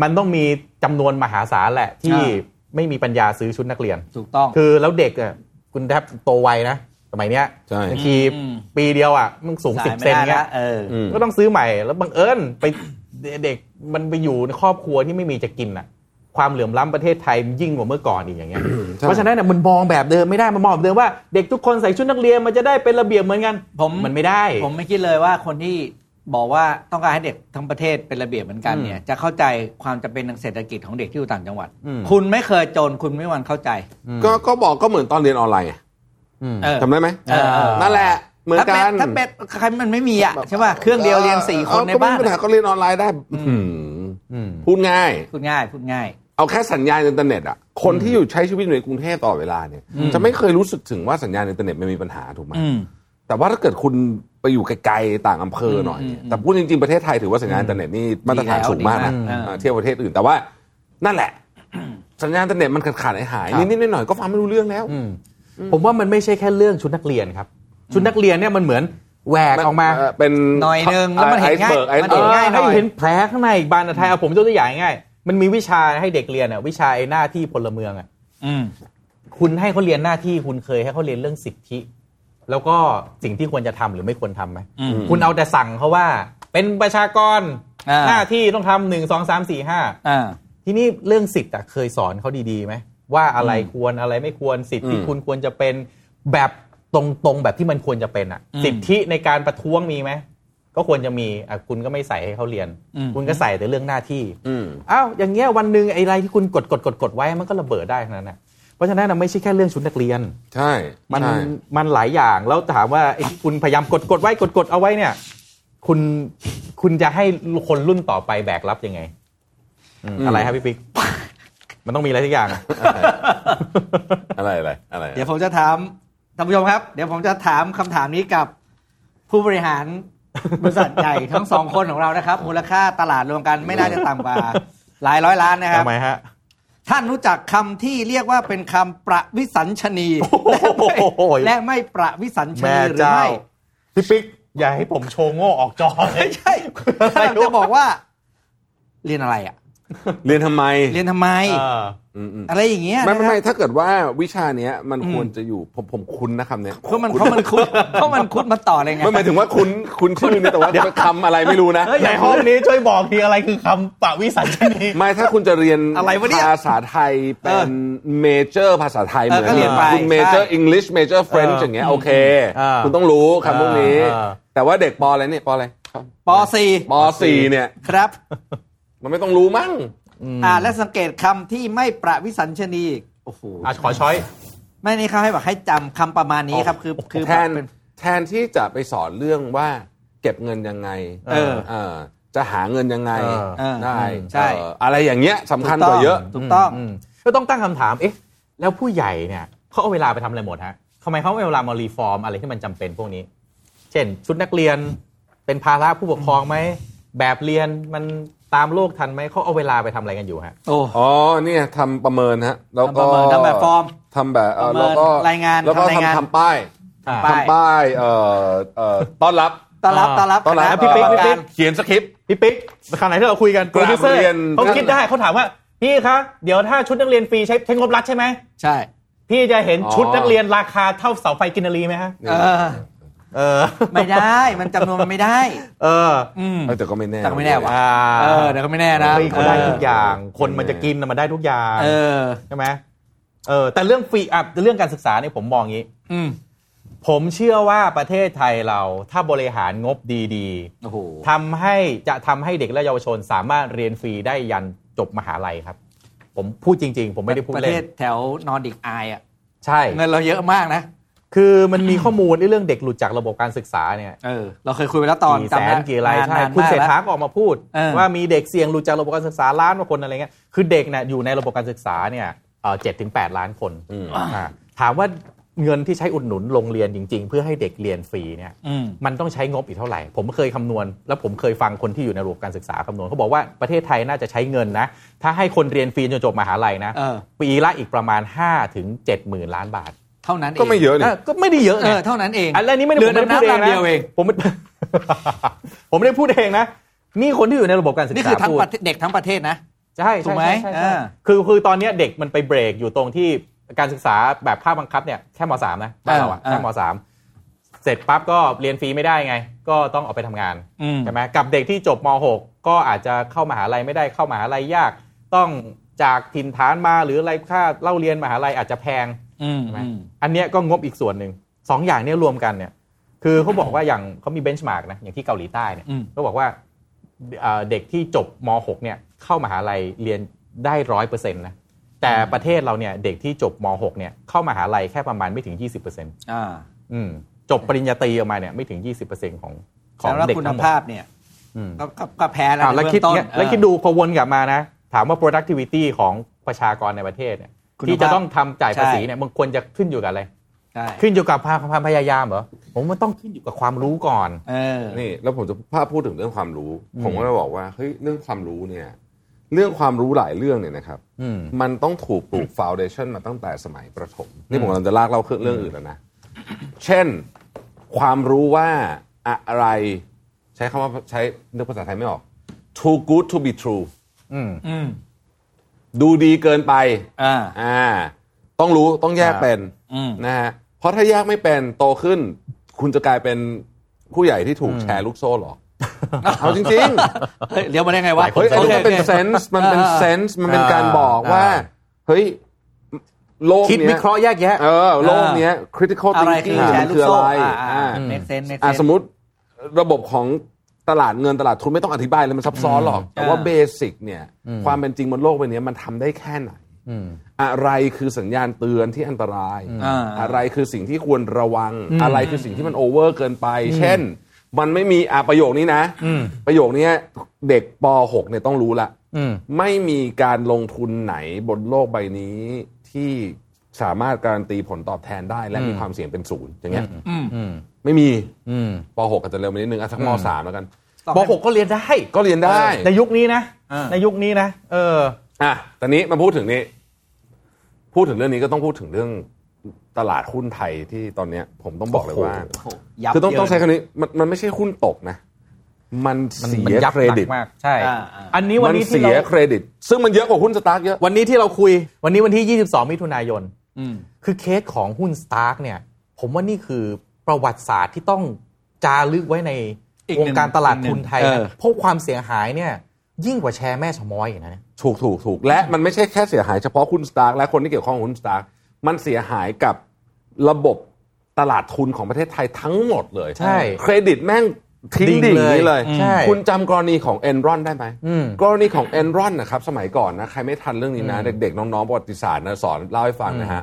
Speaker 5: มันต้องมีจำนวนมหาศาลแหละ ที่
Speaker 3: อ่า
Speaker 5: ไม่มีปัญญาซื้อชุดนักเรียน
Speaker 3: ถูกต้อง
Speaker 5: คือแล้วเด็กอ่ะคุณแทบโตไวนะสมัยเนี้ย
Speaker 4: ใช่
Speaker 5: บางที
Speaker 3: อืม
Speaker 5: ปีเดียวอ่ะมึงสูงสิบ
Speaker 3: ายไม่
Speaker 5: เซน
Speaker 3: ได้
Speaker 5: เงี้
Speaker 3: ละ
Speaker 5: ย
Speaker 3: เอออ
Speaker 4: อืม
Speaker 5: ก็ต้องซื้อใหม่แล้วบังเอิญไปเด็กมันไปอยู่ในครอบครัวที่ไม่มีจะกินอ่ะ ความเหลื่อมล้ำประเทศไทยมันยิ่งกว่าเมื่อก่อนอีกอย่างเงี้ยเพราะฉะนั้นน่ะมันมองแบบเดิมไม่ได้มันมองแบบเดิมว่าเด็กทุกคนใส่ชุดนักเรียนมันจะได้เป็นระเบียบเหมือนกัน
Speaker 3: ผม
Speaker 5: มันไม่ได้
Speaker 3: ผมไม่คิดเลยว่าคนที่บอกว่าต้องการให้เด็กทั้งประเทศเป็นระเบียบเหมือนกันเนี่ย จะเข้าใจความจำเป็นทางเศรษฐกิจของเด็กที่อยู่ต่างจังหวัด
Speaker 5: อืม
Speaker 3: คุณไม่เคยจนคุณไม่มีวันเข้าใจ
Speaker 4: ก็ก็บอกก็เหมือนตอนเรียนออนไลน์ไง
Speaker 5: อืม
Speaker 3: เออ
Speaker 4: จำได้ไหม
Speaker 3: เออ
Speaker 4: นั่นแหละเหมือน
Speaker 3: ถ้า
Speaker 4: กั
Speaker 3: เป็น
Speaker 4: น
Speaker 3: ถ้าเป็นใครมันไม่มีอ่ะใช่ป่ะเครื่องเดียวเรียนสี่คนใน
Speaker 4: เออก็ไม่
Speaker 3: บ้าน
Speaker 4: มีปัญหา
Speaker 3: อะ
Speaker 4: ก็เรียนออนไลน์ได้อืม
Speaker 5: อืม
Speaker 4: พูดง่าย
Speaker 3: พูดง่ายพูดง่าย
Speaker 4: เอาแค่สัญญาณอินเทอร์เน็ตอะคนที่อยู่ใช้ชีวิตอยู่ในกรุงเทพตลอดเวลาเนี่ยจะไม่เคยรู้สึกถึงว่าสัญญาณอินเทอร์เน็ตมันมีปัญหาถูกไหม
Speaker 3: อืม
Speaker 4: แต่ว่าถ้าเกิดคุณไปอยู่ไกลๆต่างอำเภอหน่อยเนี่ย
Speaker 3: อืม
Speaker 4: แต่พูดจริงๆ ประเทศไทยถือว่าสัญญาณอินเทอร์เน็ตนี่มาตรฐานสูงมากนะ
Speaker 3: ดีแล้วดีมาก
Speaker 4: เออเทียบประเทศอื่นแต่ว่านั่นแหละ สัญญาณอินเทอร์เน็ตมันขาดๆหายๆนิดๆหน่อยๆก็ฟังไม่รู้เรื่องแล้ว
Speaker 5: อืมผมว่ามันไม่ใช่แค่เรื่องชุดนักเรียนครับ ชุดนักเรียนเนี่ยมันเหมือนแหวกออกมา
Speaker 4: เเป็น
Speaker 3: หน่อยนึงแล้วมันเห็นง่าย
Speaker 4: ไอซ์
Speaker 3: มัน
Speaker 4: เบิร์
Speaker 3: เห็
Speaker 4: กไอซ์เบิร์ก
Speaker 3: นง่าย หน่อ
Speaker 5: ให้เห็นแผลข้างในบานตะไทยเอาผมยกตัวอย่างง่ายๆมันมีวิชาให้เด็กเรียนอ่ะวิชาไอ้หน้าที่พลเมืองอ่ะ
Speaker 3: อืม
Speaker 5: คุณให้เขาเรียนหน้าที่คุณเคยให้เขาเรียนเรื่องสิทธิ แล้วก็สิ่งที่ควรจะทำหรือไม่ควรทำไหม
Speaker 3: อืม
Speaker 5: คุณเอาแต่สั่งเขาว่า เป็นประชากร
Speaker 3: อ่า
Speaker 5: หน้าที่ต้องทำหนึ่งสองสามสี่ห้า
Speaker 3: อ่า
Speaker 5: ทีนี้เรื่องสิทธิ์อะเคยสอนเขาดีๆไหมว่าอะไรควรอะไรไม่ควรสิทธิ์ที่คุณควรจะเป็นแบบตรงๆแบบที่มันควรจะเป็นอะ
Speaker 3: อืม
Speaker 5: สิทธิในการประท้วงมีไหมก็ควรจะมีอ่ะคุณก็ไม่ใส่ให้เขาเรียน
Speaker 3: อืม
Speaker 5: คุณก็ใส่แต่เรื่องหน้าที่
Speaker 4: อืม
Speaker 5: อ้าวอย่างเงี้ยวันหนึ่งไอ้อะไรที่คุณกดกดกดกดไว้มันก็ระเบิดได้ทั้งนั้นอะเพราะฉะนั้นน่ะไม่ใช่แค่เรื่องชุดนักเรียน
Speaker 4: ใช่
Speaker 5: มัน
Speaker 4: ใช่
Speaker 5: มันหลายอย่างแล้วถามว่าไอ้ที่คุณพยายามกดกดไว้กดกดเอาไว้เนี่ย คุณคุณจะให้คนรุ่นต่อไปแบกรับยังไงอืมอะไรครับพี่ปิ๊ก มันต้องมีอะไรสักอย่าง
Speaker 4: อะไรอะไรอะไร
Speaker 3: เดี๋ยวผมจะถามท่านผู้ชมครับ เดี๋ยวผมจะถามคำถามนี้กับผู้บริหาร บริษัทใหญ่ทั้งสองคนของเรานะครับ มูลค่าตลาดรวมกันไม่น่าจะต่ำกว่า หลายร้อยล้านนะครับ
Speaker 5: ทำไมฮะ
Speaker 3: ท่านรู้จักคำที่เรียกว่าเป็นคำประวิสัญชนีและไม่ประวิสัญช
Speaker 5: แม่
Speaker 3: นีหรือ
Speaker 5: เจ้า
Speaker 3: ไม่
Speaker 5: พี่ปิ๊กอย่าให้ผมโชว์โง่ออกจอเลย
Speaker 3: ใช่ท่านจะ บอกว่า เรียนอะไรอ่ะ
Speaker 4: เรียนทำไม
Speaker 3: เรียนทำไม
Speaker 5: เออ
Speaker 4: อืมอืม
Speaker 3: อะไรอย่างเงี้ย
Speaker 4: ไม่ไม่ไม่
Speaker 3: นะครับ
Speaker 4: ถ้าเกิดว่าวิชาเนี้ยมันควรจะอยู่ผมผมคุ้นนะคำเนี้ย
Speaker 3: เพราะมันเพราะมันคุ้นเพราะมันคุ้นมาต่อเลยไง
Speaker 4: ไม่หมายถึงว่าคุ้นคุ้นชื่อเนี่ยแต่ว่าเป็นคำอะไรไม่รู้นะ
Speaker 3: เฮ้ย
Speaker 5: ในห้องนี้ช่วยบอกทีอะไรคือคำปะวิสัญชนี
Speaker 4: ไม่ถ้าคุณจะเรียน
Speaker 3: อะไรวะเนี่ย
Speaker 4: ภาษาไทยเป็นเมเจอร์ภาษาไทยเหมือน
Speaker 3: เออก็เรียนไป
Speaker 4: คุณเมเจอร์
Speaker 3: ใช่
Speaker 4: อังกฤษเมเจอร์เฟรน
Speaker 5: เอ
Speaker 4: ช์
Speaker 5: อ
Speaker 4: อย่างเงี้ยโอเค
Speaker 5: อ่า
Speaker 4: คุณต้องรู้คำพวกนี้
Speaker 5: อ่า
Speaker 4: แต่ว่าเด็กปออะไรเนี่ยปออะไร
Speaker 3: ป
Speaker 4: ปอสี่เนี่ย
Speaker 3: .4 ครับ
Speaker 4: มันไม่ต้องรู้มั้ง
Speaker 3: อ่าและสังเกตคำที่ไม่ประวิสัญชนี โอ้โห
Speaker 5: อ่ะขอช้อย
Speaker 3: ไม่นี่เขาให้บอกให้จำคำประมาณนี้ครับ คือคือ
Speaker 4: แทน
Speaker 3: เป็น
Speaker 4: แทนที่จะไปสอนเรื่องว่า เก็บเงินยังไง
Speaker 3: เออ
Speaker 4: เออจะหาเงินยังไง
Speaker 5: เออ
Speaker 3: เออ
Speaker 4: ได้
Speaker 3: ใช่
Speaker 4: เอ่ออะไรอย่างเงี้ยสำคัญกว่าเยอะ
Speaker 3: ถูกต้อง
Speaker 5: มก็ต้องตั้งคำถาม เอ๊ะ แล้วผู้ใหญ่เนี่ยเขาเอาเวลาไปทำอะไรหมดฮะทำไมเขาเอาเวลามารีฟอร์มอะไรที่มันจำเป็นพวกนี้ เช่น ชุดนักเรียนเป็นภาระผู้ปกครองไหม แบบเรียนมันตามโลกทันไหมเขาเอาเวลาไปทำอะไรกันอยู่ฮะ
Speaker 3: โอ้
Speaker 4: อ๋อเนี่ยทำประเมินฮะแล้วก็
Speaker 3: ทำประเมินทำแบบฟอร์ม
Speaker 4: ทำแบบเอ่อ
Speaker 3: ประเมิน
Speaker 4: แล้วก็
Speaker 3: รายงาน
Speaker 4: แล้วก็
Speaker 3: ทำรายงาน
Speaker 4: ทำทำป้าย
Speaker 3: ป้าย
Speaker 4: ทำป้ายเอ่อเอ่อต้อนรับ
Speaker 3: ต้อนรับต้อนรับ
Speaker 4: ต้อนรับ
Speaker 3: คณะ
Speaker 5: พี่ปิ๊ก
Speaker 3: รรม
Speaker 5: พี่ปิ๊
Speaker 3: กาก ร
Speaker 4: เขียนสคริปต์
Speaker 5: พี่ปิ๊กขณะที่เราคุยกัน
Speaker 4: กราบ
Speaker 5: โปดิวซอ
Speaker 4: เรียน
Speaker 5: เขาคิดได้เขาถามว่า พี่คะเดี๋ยวถ้าชุดนักเรียนฟรีใช้ใช้งบรัฐใช่ไหม
Speaker 3: ใช่
Speaker 5: พี่จะเห็นชุดนักเรียนราคาเท่าเสาไฟกินนารีไหมฮะ
Speaker 3: เออ
Speaker 5: เออ
Speaker 3: ไม่ได้ มันจำนวนมันไม่ได้
Speaker 5: เออ
Speaker 3: อืม
Speaker 4: เออแต่ก็ไม่แน่
Speaker 3: แต่ก็ไม่แน่ว่ะ
Speaker 5: อ่า
Speaker 3: เออเดี๋ยวก็ไม่แน่นะ
Speaker 5: เฮ้ยเขาได้ทุกอย่าง คนมันจะกินน่ะมันได้ทุกอย่าง
Speaker 3: เออ
Speaker 5: ใช่ไหมเออ แต่เรื่องฟรีอ่ะเรื่องการศึกษาเนี่ยผมมองอย่างนี้
Speaker 3: อืม
Speaker 5: ผมเชื่อว่าประเทศไทยเราถ้าบริหารงบดี
Speaker 3: โอ้โห
Speaker 5: ๆทำให้จะทำให้เด็กและเยาวชนสามารถเรียนฟรีได้ยันจบมหาลัยครับ ผมพูดจริง ๆ ผมไม่ได้พูด
Speaker 3: ประ
Speaker 5: เล่
Speaker 3: เทศ
Speaker 5: น
Speaker 3: แถวนอร์ดิกอายอ่ะ
Speaker 5: ใช่
Speaker 3: เงินเราเยอะมากนะ
Speaker 5: คือมันมีข้อมูลในเรื่องเด็กหลุดจากระบบการศึกษาเนี่ย
Speaker 3: เออ เราเคยคุยไปแล้วตอน
Speaker 5: กี่
Speaker 3: จำ
Speaker 5: แสน
Speaker 3: ได้
Speaker 5: กี่ราย
Speaker 3: นาน
Speaker 5: ใช่
Speaker 3: นาน
Speaker 5: คุณ
Speaker 3: มาก
Speaker 5: เศรษ
Speaker 3: แล้ว
Speaker 5: ฐาก็ออกมาพูด
Speaker 3: เออ
Speaker 5: ว่ามีเด็กเสี่ยงหลุดจากระบบการศึกษาล้านกว่าคนอะไรเงี้ยคือเด็กเนี่ยอยู่ในระบบการศึกษาเนี่ยเจ็ดถึงแปดล้านคน
Speaker 4: อืม
Speaker 5: อ่าถามว่าเงินที่ใช้อุดหนุนโรงเรียนจริง ๆ เพื่อให้เด็กเรียนฟรีเนี่ย
Speaker 3: อืม
Speaker 5: มันต้องใช้งบอีกเท่าไหร่ ผมเคยคำนวณ แล้วผมเคยฟังคนที่อยู่ในระบบการศึกษาคำนวณเขาบอกว่าประเทศไทยน่าจะใช้เงินนะ ถ้าให้คนเรียนฟรีจนจบมหาลัยนะ
Speaker 3: เออ
Speaker 5: ปีละอีกประมาณ5้าถึงเจ็ดหมื่นล้านบาท
Speaker 3: เท่านั้นเอง
Speaker 4: ก็ไม่เยอะนี่
Speaker 5: อ่ะก็ไม่ได้เยอะ
Speaker 3: เอ
Speaker 5: ไง
Speaker 3: อ เท่านั้นเอง
Speaker 5: อันนี้ไม่ได้
Speaker 3: เรือ
Speaker 5: ผมไม่ได้พูดเอง
Speaker 3: ดำน้ำลำ
Speaker 5: นะ
Speaker 3: เดียวเอง
Speaker 5: ผมไม่ ผมไม่ได้พูดเองนะ นี่คนที่อยู่ในระบบการศึกษา
Speaker 3: นี่คือทั้ง
Speaker 5: พูด
Speaker 3: ประเทศเด็กทั้งประเทศนะ
Speaker 5: ใช่
Speaker 3: ถู
Speaker 5: ใช่
Speaker 3: กไหม
Speaker 5: ใช่ใช่ใช่
Speaker 3: อ่า
Speaker 5: คือคือตอนเนี้ยเด็กมันไปเบรกอยู่ตรงที่การศึกษาแบบภาคบังคับเนี่ยแค่มสามนะบ้านเราอะแค่มสามเสร็จปั๊บก็เรียนฟรีไม่ได้ไง ก็ต้องออกไปทำงาน
Speaker 3: อืม
Speaker 5: ใช่ไหมกับเด็กที่จบม .6 ก็อาจจะเข้ามหาลัยไม่ได้เข้ามหาลัยยาก ต้องจากถิ่นฐานมาหรืออะไรค่าเล่าเรียนมหาลัยอาจจะแพง
Speaker 3: อืม
Speaker 5: ใช่ไหม
Speaker 3: อืม
Speaker 5: อันเนี้ยก็งบอีกส่วนหนึ่งสองอย่างเนี้ยรวมกันเนี่ย คือเขาบอกว่าอย่างเขามีเบนช์มาร์กนะอย่างที่เกาหลีใต้เนี่ย
Speaker 3: อืม
Speaker 5: เขาบอกว่าเอ่อเด็กที่จบม .6 เนี่ยเข้ามหาลัยเรียนได้ร้อยเปอร์เซ็นต์นะแต่ประเทศเราเนี่ยเด็กที่จบม .6 เนี่ยเข้ามหาลัยแค่ประมาณไม่ถึง 20%อ
Speaker 3: อ่า
Speaker 5: ืมจบปริญญาตรีออกมาเนี่ยไม่ถึง 20%ของของ
Speaker 3: แล้ว
Speaker 5: เด็ก
Speaker 3: คุณ
Speaker 5: ทั้งหมด
Speaker 3: ภาพเนี่ย
Speaker 5: อืม
Speaker 3: ก็ก็ก็แพ้แล้ว
Speaker 5: อ้าว
Speaker 3: ใน
Speaker 5: แล้ว
Speaker 3: เบื้อ
Speaker 5: คิด
Speaker 3: งต้น
Speaker 5: เนี่ยแล้วคิดดูพอวนกลับมานะ ถามว่า productivity ของประชากรในประเทศเนี่ย
Speaker 3: คุณ
Speaker 5: ที่จะต้อง
Speaker 3: ภาพ
Speaker 5: ทำจ่ายภาษี
Speaker 3: ใช่
Speaker 5: เนี่ยมันควรจะขึ้นอยู่กับอะไร
Speaker 3: ใช่
Speaker 5: ขึ้นอยู่กับความพยายามเหรอ ผมมันต้องขึ้นอยู่กับความรู้ก่อน
Speaker 3: เออ
Speaker 4: นี่แล้วผมจะพาพูดถึงเรื่องความรู้
Speaker 5: อืม
Speaker 4: ผมก็จะบอกว่าเฮ้ยเรื่องความรู้เนี่ย เรื่องความรู้หลายเรื่องเนี่ยนะครับ
Speaker 5: อืม
Speaker 4: มันต้องถูกปลูกฟาวเดชันมาตั้งแต่สมัยประถม นี่ผมกำลังจะลากเล่าเครื่องเรื่องอื่นแล้วนะ เช่น ความรู้ว่าอะไรใช้คำว่าใช้นึกภาษาไทยไม่ออก too good to be true
Speaker 5: อืม
Speaker 3: อืม
Speaker 4: ดูดีเกินไป
Speaker 3: อ่า
Speaker 4: อ่า ต้องรู้ต้องแยกเป็น
Speaker 3: อืม
Speaker 4: นะฮะเพราะถ้าแยกไม่เป็นโตขึ้น คุณจะกลายเป็นผู้ใหญ่ที่ถูกแชร์ลูกโซ่หรอกเอาจริงๆ
Speaker 3: เฮ้ยเลี้ยวมาได้ไงวะ
Speaker 4: เฮ้ยอันนี้มันเป็นเซนส์มันเป็น
Speaker 3: อ่า
Speaker 4: เซนส์มันเป็น
Speaker 5: อ่า
Speaker 4: การบอกว่า
Speaker 5: อ่า
Speaker 4: เฮ้ย โลก
Speaker 5: คิดวิ
Speaker 4: เนี้ย
Speaker 5: เคราะห์แยกแยะ
Speaker 4: เออ โลกเนี้ย critical
Speaker 3: อะไรคือ
Speaker 4: thinking
Speaker 3: แช
Speaker 4: มั
Speaker 3: ร์
Speaker 4: น
Speaker 3: ลูก
Speaker 4: คืออะ
Speaker 3: โซ่
Speaker 4: ไร
Speaker 3: อ่าอ่า
Speaker 4: อ่า
Speaker 3: make sense make
Speaker 4: อ่ะ
Speaker 3: sense
Speaker 4: สมมติระบบของตลาดเงินตลาดทุนไม่ต้องอธิบายเลยมันซับซ้อนหรอก แต่ว่า
Speaker 3: อ่า
Speaker 4: เบสิกเนี่ย ความเป็นจริงบนโลกใบเนี้ยมันทำได้แค่ไหน
Speaker 5: อืม
Speaker 4: อะไรคือสัญญาณเตือนที่อันตราย
Speaker 3: อ่า
Speaker 4: อะไรคือสิ่งที่ควรระวัง อะไรคือสิ่งที่มันโอเวอร์เกินไป เช่น มันไม่มีอ่ะประโยคนี้นะ ประโยคเนี้ยเด็กป .6 เนี่ยต้องรู้ละ
Speaker 5: อืม
Speaker 4: ไม่มีการลงทุนไหนบนโลกใบนี้ที่สามารถการันตีผลตอบแทนได้และมีความเสี่ยงเป็นศูนย์อย่างเงี้ย
Speaker 3: อืม
Speaker 5: อืม
Speaker 4: ไม่มี
Speaker 5: อืม
Speaker 4: ป .6 อาจจะเร็วไปนิดนึงอ่ะสักม .3 แล้วกัน
Speaker 5: ป .6 ก็เรียนได้
Speaker 4: ก็เรียนได้
Speaker 5: ในยุคนี้นะ
Speaker 3: อ่า
Speaker 5: ในยุคนี้นะ เออ
Speaker 4: อ่ะตอนนี้มาพูดถึงนี้ พูดถึงเรื่องนี้ก็ต้องพูดถึงเรื่องตลาดหุ้นไทยที่ตอนเนี้ย ผมต้องบอกเลยว่า
Speaker 3: โอ้โหยับ
Speaker 4: คือต้อง
Speaker 3: เยิน
Speaker 4: ต้องใช้คำนี้มันมันไม่ใช่หุ้นตกนะ มัน
Speaker 5: มัน
Speaker 4: เสี
Speaker 5: มัน
Speaker 4: ย
Speaker 5: ยับ
Speaker 4: เคร
Speaker 5: หนั
Speaker 4: ดิต
Speaker 5: กมาก ใช่
Speaker 3: อ่าอ่า
Speaker 5: อันนี้วัน
Speaker 4: มัน
Speaker 5: นี้ที่
Speaker 4: เสี
Speaker 5: เรา
Speaker 4: ยเครดิต ซึ่งมันเยอะกว่าหุ้นสตาร์กเยอะ
Speaker 5: วันนี้ที่เราคุย วันนี้วันที่ 22 มิถุนายน
Speaker 3: อืม
Speaker 5: คือเคสของหุ้นสตาร์กเนี่ย ผมว่านี่คือประวัติศาสตร์ที่ต้องจารึกไว้ใน
Speaker 3: อีก
Speaker 5: ว
Speaker 3: ห
Speaker 5: ง
Speaker 3: นึ่ง
Speaker 5: การตลาดทุนไทย
Speaker 3: เอ
Speaker 5: นะ
Speaker 3: อ
Speaker 5: เพราะความเสียหายเนี่ย ยิ่งกว่าแชร์แม่ชะม้อยอีกนะเนี่ย
Speaker 4: ถูกถูกถูกและมันไม่ใช่แค่เสียหายเฉพาะคุณสตาร์กและคนที่เกี่ยวข้องกับคุณสตาร์กมันเสียหายกับระบบตลาดทุนของประเทศไทยทั้งหมดเลย
Speaker 5: ใช่
Speaker 4: เครดิตแม่งทิ้งดิ่งนี้เลย
Speaker 5: ใช่
Speaker 4: คุณจำกรณีของ Enron ได้ไหม
Speaker 5: อืม
Speaker 4: กรณีของ Enron นะครับ สมัยก่อนนะ ใครไม่ทันเรื่องนี้นะ เด็กๆ น้อง ๆ ประวัติศาสตร์นะสอนเล่าให้ฟังนะฮะ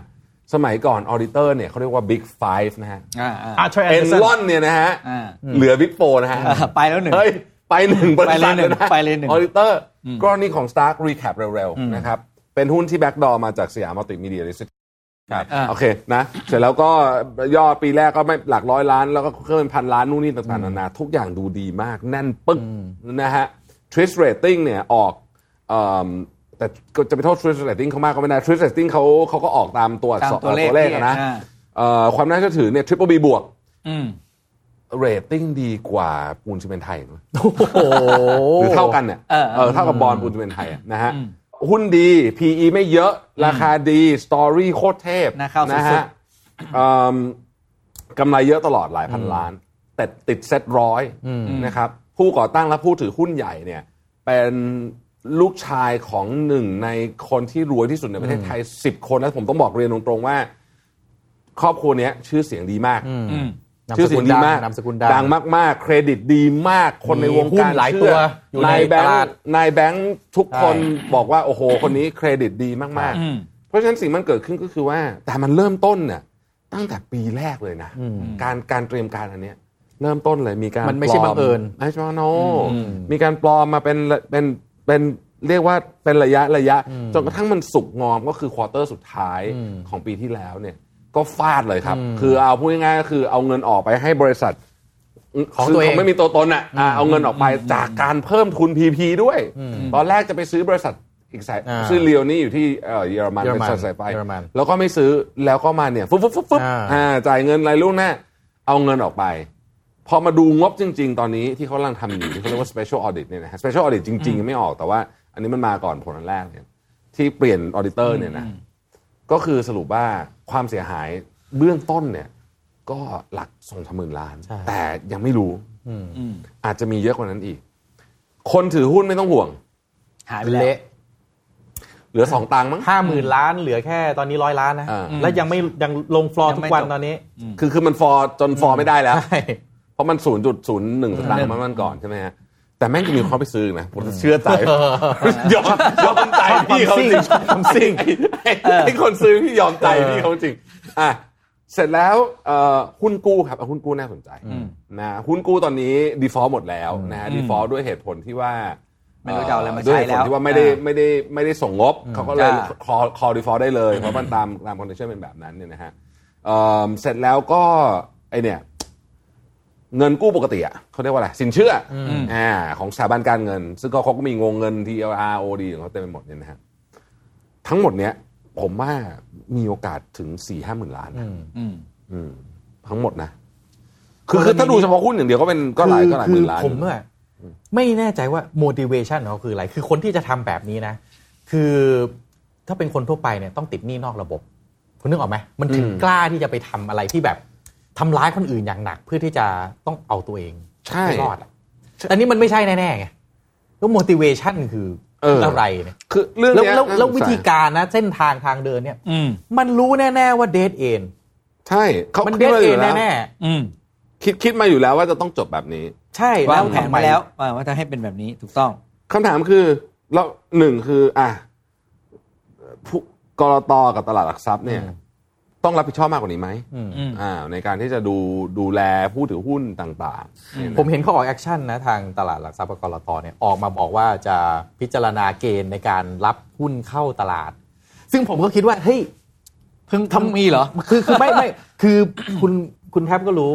Speaker 4: สมัยก่อนออดิเตอร์เนี่ยเขาเรียกว่า Big Five นะฮะ
Speaker 3: อ่าอ่า
Speaker 5: อาร์เชอร์แอน
Speaker 4: เอ็น
Speaker 5: เดอร์สัน
Speaker 4: ลอนเนี่ยนะฮะ
Speaker 3: อ่า
Speaker 4: เหลือ Big Four นะฮะ
Speaker 3: อ่าไปแล้วหนึ่ง
Speaker 4: เฮ้ย ไปหนึ่งบริษัทเลยนะ
Speaker 3: ไปเลยหนึ่ง
Speaker 4: อ
Speaker 3: ไป
Speaker 4: อ
Speaker 3: เลยหนึ่ง
Speaker 4: ดิเตอร์กรณีของ Stark Recap เร็ว
Speaker 3: อืม
Speaker 4: ๆนะครับ เป็นหุ้นที่แบ็กดอมาจากสยามมัลติมีเดียลิสต์ครับ
Speaker 3: อ่า
Speaker 4: โอเคนะ เสร็จแล้วก็ยอดปีแรกก็ไม่หลักร้อยล้าน แล้วก็เพิ่มเป็นพันล้านนู่นนี่ต่างๆนานาทุกอย่างดูดีมาก แน่นปึ๊กนะฮะทริสเรตติ้งเนี่ยออกเอิ่มแต่ก็จะไปโทษทริสเรตติ้งเขามากก็ไม่ได้ทริสเรตติ้งเขาเขาก็ออกตามตัวอัก
Speaker 3: ตาม
Speaker 4: ษร
Speaker 3: ตัวเลข
Speaker 4: ตัวเลขอะนะ
Speaker 3: อ่า
Speaker 4: เอ่อความน่าเชื่อถือเนี่ยทริปเปิลบีบวก
Speaker 3: อืม
Speaker 4: เรตติ้งดีกว่าปูนซีเมนต์ไทยอีกนะ
Speaker 5: โอ้โห
Speaker 4: หรือเท่ากันเนี่ย
Speaker 3: เออ
Speaker 4: เออเท่ากับบอลปูนซีเมนต์ไทยอะนะฮะ
Speaker 3: อืม
Speaker 4: หุ้นดี PE ไม่เยอะราคาดี สตอรี่โคตรเทพ
Speaker 3: น่าเข้าสุดๆ
Speaker 4: ฮะเอิ่มกำไรเยอะตลอดหลายพันล้าน แต่ติดเซ็ตร้อยนะครับ ผู้ก่อตั้งและผู้ถือหุ้นใหญ่เนี่ย เป็นลูกชายของหนึ่งในคนที่รวยที่สุดในประเทศไทย 10 คนแล้วผมต้องบอกเรียนตรงๆว่า ครอบครัวเนี้ยชื่อเสียงดีมาก
Speaker 3: อืม
Speaker 5: นาม
Speaker 4: ชื่อ
Speaker 5: ส
Speaker 4: เสี
Speaker 5: กุ
Speaker 4: ย
Speaker 5: ล
Speaker 4: งดีมาก
Speaker 5: ดังนามสกุลดัง
Speaker 4: มากมากๆ เครดิตดีมาก คนในวงการ
Speaker 5: มีหุ้นหลายตั
Speaker 4: เชื่
Speaker 5: วอยู่ใน
Speaker 4: นายแบง
Speaker 5: ตลาด
Speaker 4: ค์นายแบงค์ทุกคน
Speaker 5: ใช่
Speaker 4: บอกว่า โอ้โห คนนี้เครดิตดีมาก
Speaker 3: อืม
Speaker 4: ๆ เพราะฉะนั้นสิ่งมันเกิดขึ้นก็คือว่า แต่มันเริ่มต้นเนี่ยตั้งแต่ปีแรกเลยนะ การการเตรียมการอันเนี้ย เริ่มต้นเลยมีการ
Speaker 5: มันไม่ใช่
Speaker 4: ป
Speaker 5: บั
Speaker 4: ล
Speaker 5: งเอิญ
Speaker 4: ไม่ใช่ว่าโนมีการปลอมมาเป็นเป็นเป็นเรียกว่าเป็นระยะระยะ จนกระทั่งมันสุกงอมก็คือควอเตอร์สุดท้ายของปีที่แล้วเนี่ย ก็ฟาดเลยครับ คือเอาพูดง่ายๆก็คือเอาเงินออกไปให้บริษัท
Speaker 5: ของตัวเอง
Speaker 4: คืไม่มีตัวตนอ่ะอ่าเอาเงินออกไปจากการเพิ่มทุน PP ด้วย ตอนแรกจะไปซื้อบริษัทอีกสาย
Speaker 5: อ่า
Speaker 4: ซื้อเลียวนี่อยู่ที่เอ่อเยอรมัน
Speaker 5: เยอร
Speaker 4: เป็น
Speaker 5: มัน
Speaker 4: สายสายไป
Speaker 5: เยอรมัน
Speaker 4: แล้วก็ไม่ซื้อแล้วก็มาเนี่ยฟึ๊บฟึ๊บฟึ๊บฟึ๊บ
Speaker 5: อ่า
Speaker 4: อ่าจ่ายเงินรายลูกหน้าเอาเงินออกไป พอมาดูงบจริง ๆ ตอนนี้ที่เขากำลังทำอยู่ที่เขาเรียกว่า special audit เนี่ยนะฮะ special audit จริง ๆ ยังไม่ออกแต่ว่า อันนี้มันมาก่อนผลอันแรกเนี่ยที่เปลี่ยน auditor เนี่ยนะ ก็คือสรุปว่าความเสียหายเบื้องต้นเนี่ย ก็หลักสองสามหมื่นล้าน
Speaker 5: ใช่
Speaker 4: แต่ยังไม่รู้
Speaker 3: อืม
Speaker 4: อาจจะมีเยอะกว่านั้นอีก คนถือหุ้นไม่ต้องห่วง
Speaker 3: หายไปแล้ว
Speaker 5: เละ
Speaker 4: เหลือสองตังค์มั้ง
Speaker 5: ห้าหมื่นล้านเหลือแค่ตอนนี้ร้อยล้านนะ
Speaker 4: อ่า
Speaker 5: และยังไม่ยังลงฟลอร์ทุกวันตอนนี้
Speaker 4: คือคือมันฟอร์จนฟอร์ไม่ได้แล้ว
Speaker 5: ใช่
Speaker 4: เพราะมัน 0.01 สตางค์มันมันก่อนใช่ไหมฮะ แต่แม่งจะมีความไปซื้ออีกนะ ผมเชื่อใจ ยอมยอมใจพี่เขาจริง
Speaker 5: ความซิ่ง
Speaker 4: ไอ้ไอ้ไอ้คนซื้อพี่ยอมใจพี่เขาจริงอ่ะเสร็จแล้วเอ่อหุ้นกู้ครับเอาหุ้นกู้น่าสนใจ
Speaker 3: อืม
Speaker 4: นะหุ้นกู้ตอนนี้ดีฟอลต์หมดแล้วนะฮะ
Speaker 3: อืม
Speaker 4: ดีฟอลต์ด้วยเหตุผลที่ว่า
Speaker 3: ไม่รู้จะเอาอะไรมาใช้
Speaker 4: ด้วยเหตุผล
Speaker 3: แล้ว
Speaker 4: ที่ว่าไม่ได้
Speaker 3: อ่า
Speaker 4: ไม่ได้ไม่ได้ส่งงบเขาก็เลย
Speaker 3: อ่า
Speaker 4: คอคอดีฟอลต์ได้เลยเพราะมันตามตามคอนดิชั่นเป็นแบบนั้นเนี่ยนะฮะเอ่อเสร็จแล้วก็ไอเนี่ย เงินกู้ปกติอ่ะเขาเรียกว่าอะไร สินเชื่ออ
Speaker 3: ม
Speaker 4: อ่าของสถาบันการเงิน ซึ่งก็เขาก็มีงงเงิน TLR OD ของเขาเต็มไปหมดเนี่ยนะฮะทั้งหมดเนี้ยผมว่ามีโอกาสถึง4ี่ห้าหมื่นล้านนะ
Speaker 3: อืม
Speaker 4: อืมทั้งหมดนะ คือคือถ้าดูเฉพาะหุ้นอย่างเดียวก็เป็นก็หลายก็หลายห
Speaker 5: คือ
Speaker 4: มื่นล้าน
Speaker 5: ผมอะไม่แน่ใจว่า motivation ของเขาคืออะไร คือคนที่จะทำแบบนี้นะ คือถ้าเป็นคนทั่วไปเนี่ยต้องติดหนี้นอกระบบ คุณนึกออกไหมมันถึง
Speaker 4: อืม
Speaker 5: กล้าที่จะไปทำอะไรที่แบบทำร้ายคนอื่นอย่างหนัก เพื่อที่จะต้องเอาตัวเอง
Speaker 4: ใช่
Speaker 5: ให้รอดอะแต่นี่มันไม่ใช่แน่ๆไงแล้ว motivation คือ
Speaker 4: เออ
Speaker 5: อะไรเนี่ย
Speaker 4: คือเรื่อง
Speaker 5: แล้ว
Speaker 4: เนี้ย
Speaker 5: แล้วแล้ว
Speaker 4: น่สนใจ
Speaker 5: วิธีการนะเส้นทางทางเดินเนี่ย
Speaker 3: อืม
Speaker 5: มันรู้แน่ ๆ ว่าเดทเอน
Speaker 4: ใช่เขา
Speaker 5: มัน
Speaker 4: คิ
Speaker 5: เดท
Speaker 4: ดมาอ
Speaker 5: เอน
Speaker 4: ยู่แล้ว
Speaker 5: แน่
Speaker 3: อืม
Speaker 4: คิดคิดมาอยู่แล้วว่าจะต้องจบแบบนี้
Speaker 5: ๆใช่
Speaker 3: วา
Speaker 5: แล้ว
Speaker 3: งแผน
Speaker 5: ทำไม
Speaker 3: ไว้แล้วอ่าว่าจะให้เป็นแบบนี้ถูกต้อง
Speaker 4: คำถามคือแล้วหนึ่งคือ อ่ะผู้กรตกับตลาดหลักทรัพย์เนี่ย ต้องรับผิดชอบมากกว่านี้ไหม
Speaker 5: อืม
Speaker 3: อืม
Speaker 4: อ่าในการที่จะดูดูแลผู้ถือหุ้นต่างๆเนี่ยนะ
Speaker 5: ผมเห็นเขาออกแอคชั่นนะทางตลาดหลักทรัพย์กรตเนี่ยออกมาบอกว่าจะพิจารณาเกณฑ์ในการรับหุ้นเข้าตลาด ซึ่งผมก็คิดว่า เฮ้ย
Speaker 3: เพิ่งทำมีเหรอ
Speaker 5: คือคือไม่ไม่คือคุณคุณแทบก็รู้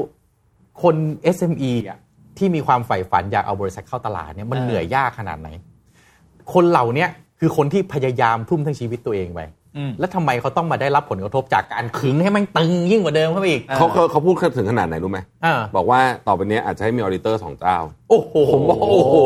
Speaker 5: คน SME อ่ะที่มีความใฝ่ฝันอยากเอาบริษัทเข้าตลาดเนี่ยมัน
Speaker 3: เออ
Speaker 5: เหนื่อยยากขนาดไหน คนเหล่าเนี้ยคือคนที่พยายามทุ่มทั้งชีวิตตัวเองไป
Speaker 3: อืม
Speaker 5: แล้วทำไมเขาต้องมาได้รับผลกระทบจากการขึงให้มันตึงยิ่งกว่าเดิมเข้าไปอีก
Speaker 3: อ่า
Speaker 4: เขาเขาเขาพูดถึงขนาดไหนรู้ไหม
Speaker 5: อ่า
Speaker 4: บอกว่าต่อไปเนี้ยอาจจะให้มีออดิเตอร์สองเจ้า
Speaker 5: โอ้โห
Speaker 4: ผมบอกโอ้โห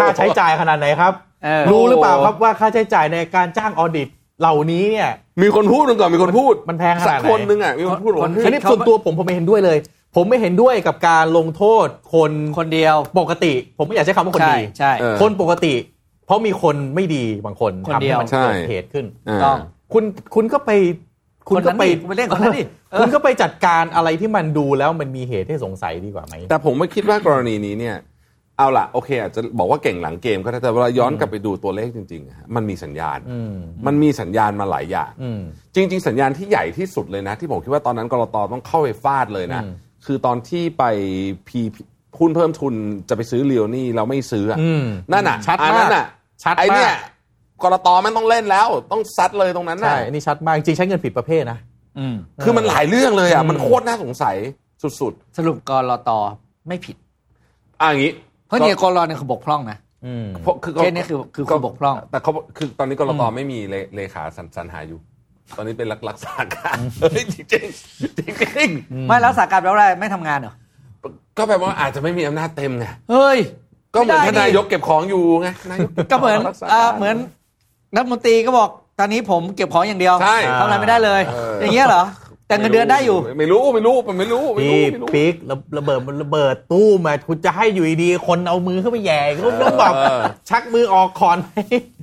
Speaker 5: ค่าใช้จ่ายขนาดไหนครับ
Speaker 3: เออ
Speaker 5: รู้หรือเปล่าครับว่าค่าใช้จ่ายในการจ้างออดิตเหล่านี้เนี่ย
Speaker 4: มีคนพูดมันก่อนมีคนพูด
Speaker 5: มันแพงข
Speaker 4: สั
Speaker 5: นาด
Speaker 4: ก
Speaker 5: ไห
Speaker 4: คน
Speaker 5: น
Speaker 4: นึงอ่ะมีคนพูดบอกว่า
Speaker 3: ค
Speaker 5: อันนี้ส่วนตัวผมผมไม่เห็นด้วยเลย ผมไม่เห็นด้วยกับการลงโทษคน
Speaker 3: คนเดียว
Speaker 5: ปกติ ผมไม่อยากใช้คำว่าคน
Speaker 3: ใช่
Speaker 5: ดี
Speaker 3: ใช่
Speaker 4: เออ
Speaker 5: คนปกติ เพราะมีคนไม่ดีบางคน
Speaker 3: คน
Speaker 5: ทำ
Speaker 3: เดี
Speaker 5: ให้
Speaker 3: ยว
Speaker 5: มันเกิด
Speaker 4: ใช่
Speaker 5: เหตุขึ้น
Speaker 4: อ่า
Speaker 3: ต้อง
Speaker 5: คุณคุณก็ไปคุณก็ไป
Speaker 3: คนนั้นดิคุณไปเล่นกับคนนั้นดิเออ
Speaker 5: คุณก็ไปจัดการอะไรที่มันดูแล้วมันมีเหตุให้สงสัยดีกว่าไหม
Speaker 4: แต่ผมไม่คิดว่ากรณีนี้เนี่ย เอาล่ะโอเคอาจจะบอกว่าเก่งหลังเกมก็ได้แต่เวลาย้อนกลับไปดูตัวเลขจริงๆอะฮะมันมีสัญญาณ
Speaker 5: อืม
Speaker 4: มันมีสัญญาณมาหลายอย่าง
Speaker 5: อืม
Speaker 4: จริง ๆ สัญญาณที่ใหญ่ที่สุดเลยนะ ที่ผมคิดว่าตอนนั้นกรตต้องเข้าไปฟาดเลยนะ
Speaker 5: อืม
Speaker 4: คือตอนที่ไปพีหุ้นเพิ่มทุนจะไปซื้อเลียวนี่เราไม่ซื้ออะ
Speaker 5: อืม
Speaker 4: นั่นน่ะ
Speaker 5: ชัดมาก
Speaker 4: อันนั้นน่ะ
Speaker 5: ชัดมาก
Speaker 4: ไอเนี่ยกรตมันต้องเล่นแล้ว ต้องซัดเลยตรงนั้น
Speaker 5: ใช่
Speaker 4: น่ะ
Speaker 5: อันนี้ชัดมากจริงใช้เงินผิดประเภทนะ
Speaker 3: อืม
Speaker 4: คือมันหลายเรื่องเลยอ่ะ
Speaker 5: อืม
Speaker 4: มันโคตรน่าสงสัยสุด
Speaker 3: สรุปกรตไม่ผิด
Speaker 4: ๆอ่ะอย่างนี้
Speaker 3: เพราะเนี่ยกรตเนี่ยคือบกพร่องนะ
Speaker 5: อืม
Speaker 4: เพราะคือ
Speaker 3: เคสนี้คือคือคุณบกพร่อง
Speaker 4: แต่เขาคือตอนนี้กรตไม่มีเลเลขาสรรสรรหาอยู่ ตอนนี้เป็นรักรักษาการเฮ้ยจริงจริงๆจริงๆ
Speaker 3: ไม่แล้วสาการแปลว่าอะไรไม่ทำงานเหรอ
Speaker 4: ก็แปลว่าอาจจะไม่มีอำนาจเต็มไง
Speaker 3: เฮ้ย
Speaker 4: ก็เหมือน
Speaker 3: ไม่
Speaker 4: ท่าน
Speaker 3: ได้ดิ
Speaker 4: นายกเก็บของอยู่ไงนาย
Speaker 3: ก็เหมือน
Speaker 4: รัษา
Speaker 3: เอ่อก
Speaker 4: ร
Speaker 3: เหมือนรัฐมนตรีก็บอกตอนนี้ผมเก็บของอย่างเดียว
Speaker 4: ใช่
Speaker 3: ทำอะไรไม่ได้เลย
Speaker 4: เออ
Speaker 3: อ
Speaker 4: อย่าง
Speaker 3: เงี้ยเหรอ แต่เงินเดือนได้อยู่
Speaker 4: ไม่รู้ไม่รู้ผมไม่รู้ไม่รู้
Speaker 5: พี่
Speaker 4: ไม่รู้
Speaker 5: ปิ๊กระระเบิดมันระเบิดตู้มมาคุณจะให้อยู่ดีๆคนเอามือเข้าไปแหย่ก็ต้องบอก
Speaker 4: เออ
Speaker 5: ชักมือออกคอนไหม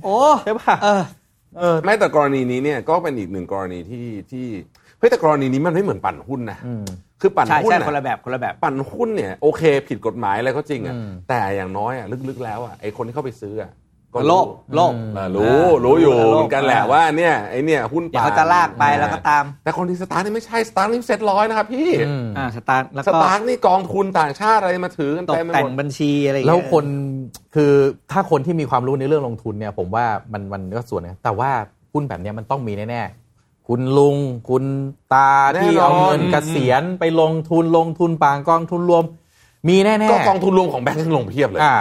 Speaker 3: โอ้
Speaker 5: ใช่ป่ะ
Speaker 3: เออ
Speaker 5: เออ
Speaker 4: ไม่แต่กรณีนี้เนี่ยก็เป็นอีกหนึ่งกรณีที่ที่เฮ้ยแต่กรณีนี้มันไม่เหมือนปั่นหุ้นนะคือปั่น
Speaker 3: ใช่
Speaker 4: หุ้น
Speaker 3: ใช่
Speaker 4: น่ะ
Speaker 3: คนละแบบคนละแบบ
Speaker 4: ปั่นหุ้นเนี่ยโอเค ผิดกฎหมายอะไรก็จริงอ่ะ
Speaker 5: อืม
Speaker 4: แต่อย่างน้อยอ่ะลึกๆแล้วอ่ะไอคนที่เข้าไปซื้ออ่ะก็
Speaker 3: โลภโลภ
Speaker 4: เออรู้ รู้อยู่เหมือนกันแหละว่าเนี่ยไอเนี่ยหุ้น
Speaker 3: เดี๋ยว
Speaker 4: ปั่น
Speaker 3: เขาจะลากไปแล้วก็ตาม
Speaker 4: แต่คนที่สตาร์ทนี่ไม่ใช่สตาร์ทนี่เซ็ตร้อยนะครับพี่
Speaker 5: อืม
Speaker 3: อ่าสตาร์ทแล้ว
Speaker 4: ส
Speaker 3: ก็
Speaker 4: ตาร์ทนี่กองทุนต่างชาติอะไรมาถือกัน
Speaker 3: ตก
Speaker 4: เต็มไป
Speaker 3: แต่
Speaker 4: หม
Speaker 3: ง
Speaker 4: ด
Speaker 3: บัญชีอะไรอย่าง
Speaker 5: แล้
Speaker 3: เงี้
Speaker 5: วย คนคือถ้าคนที่มีความรู้ในเรื่องลงทุนเนี่ย ผมว่ามันมันก็ส่วนนะแต่ว่าหุ้นแบบเนี้ยมันต้องมีแน่ๆคุณลุง คุณตาที่
Speaker 4: แน่นอน
Speaker 5: เอาเงินเกษียณไปลงทุนลงทุนปางกองทุนรวม มีแน่ๆ
Speaker 4: ก็กองทุนรวมของแบงก์ยังลงเพียบเลย
Speaker 5: อ่า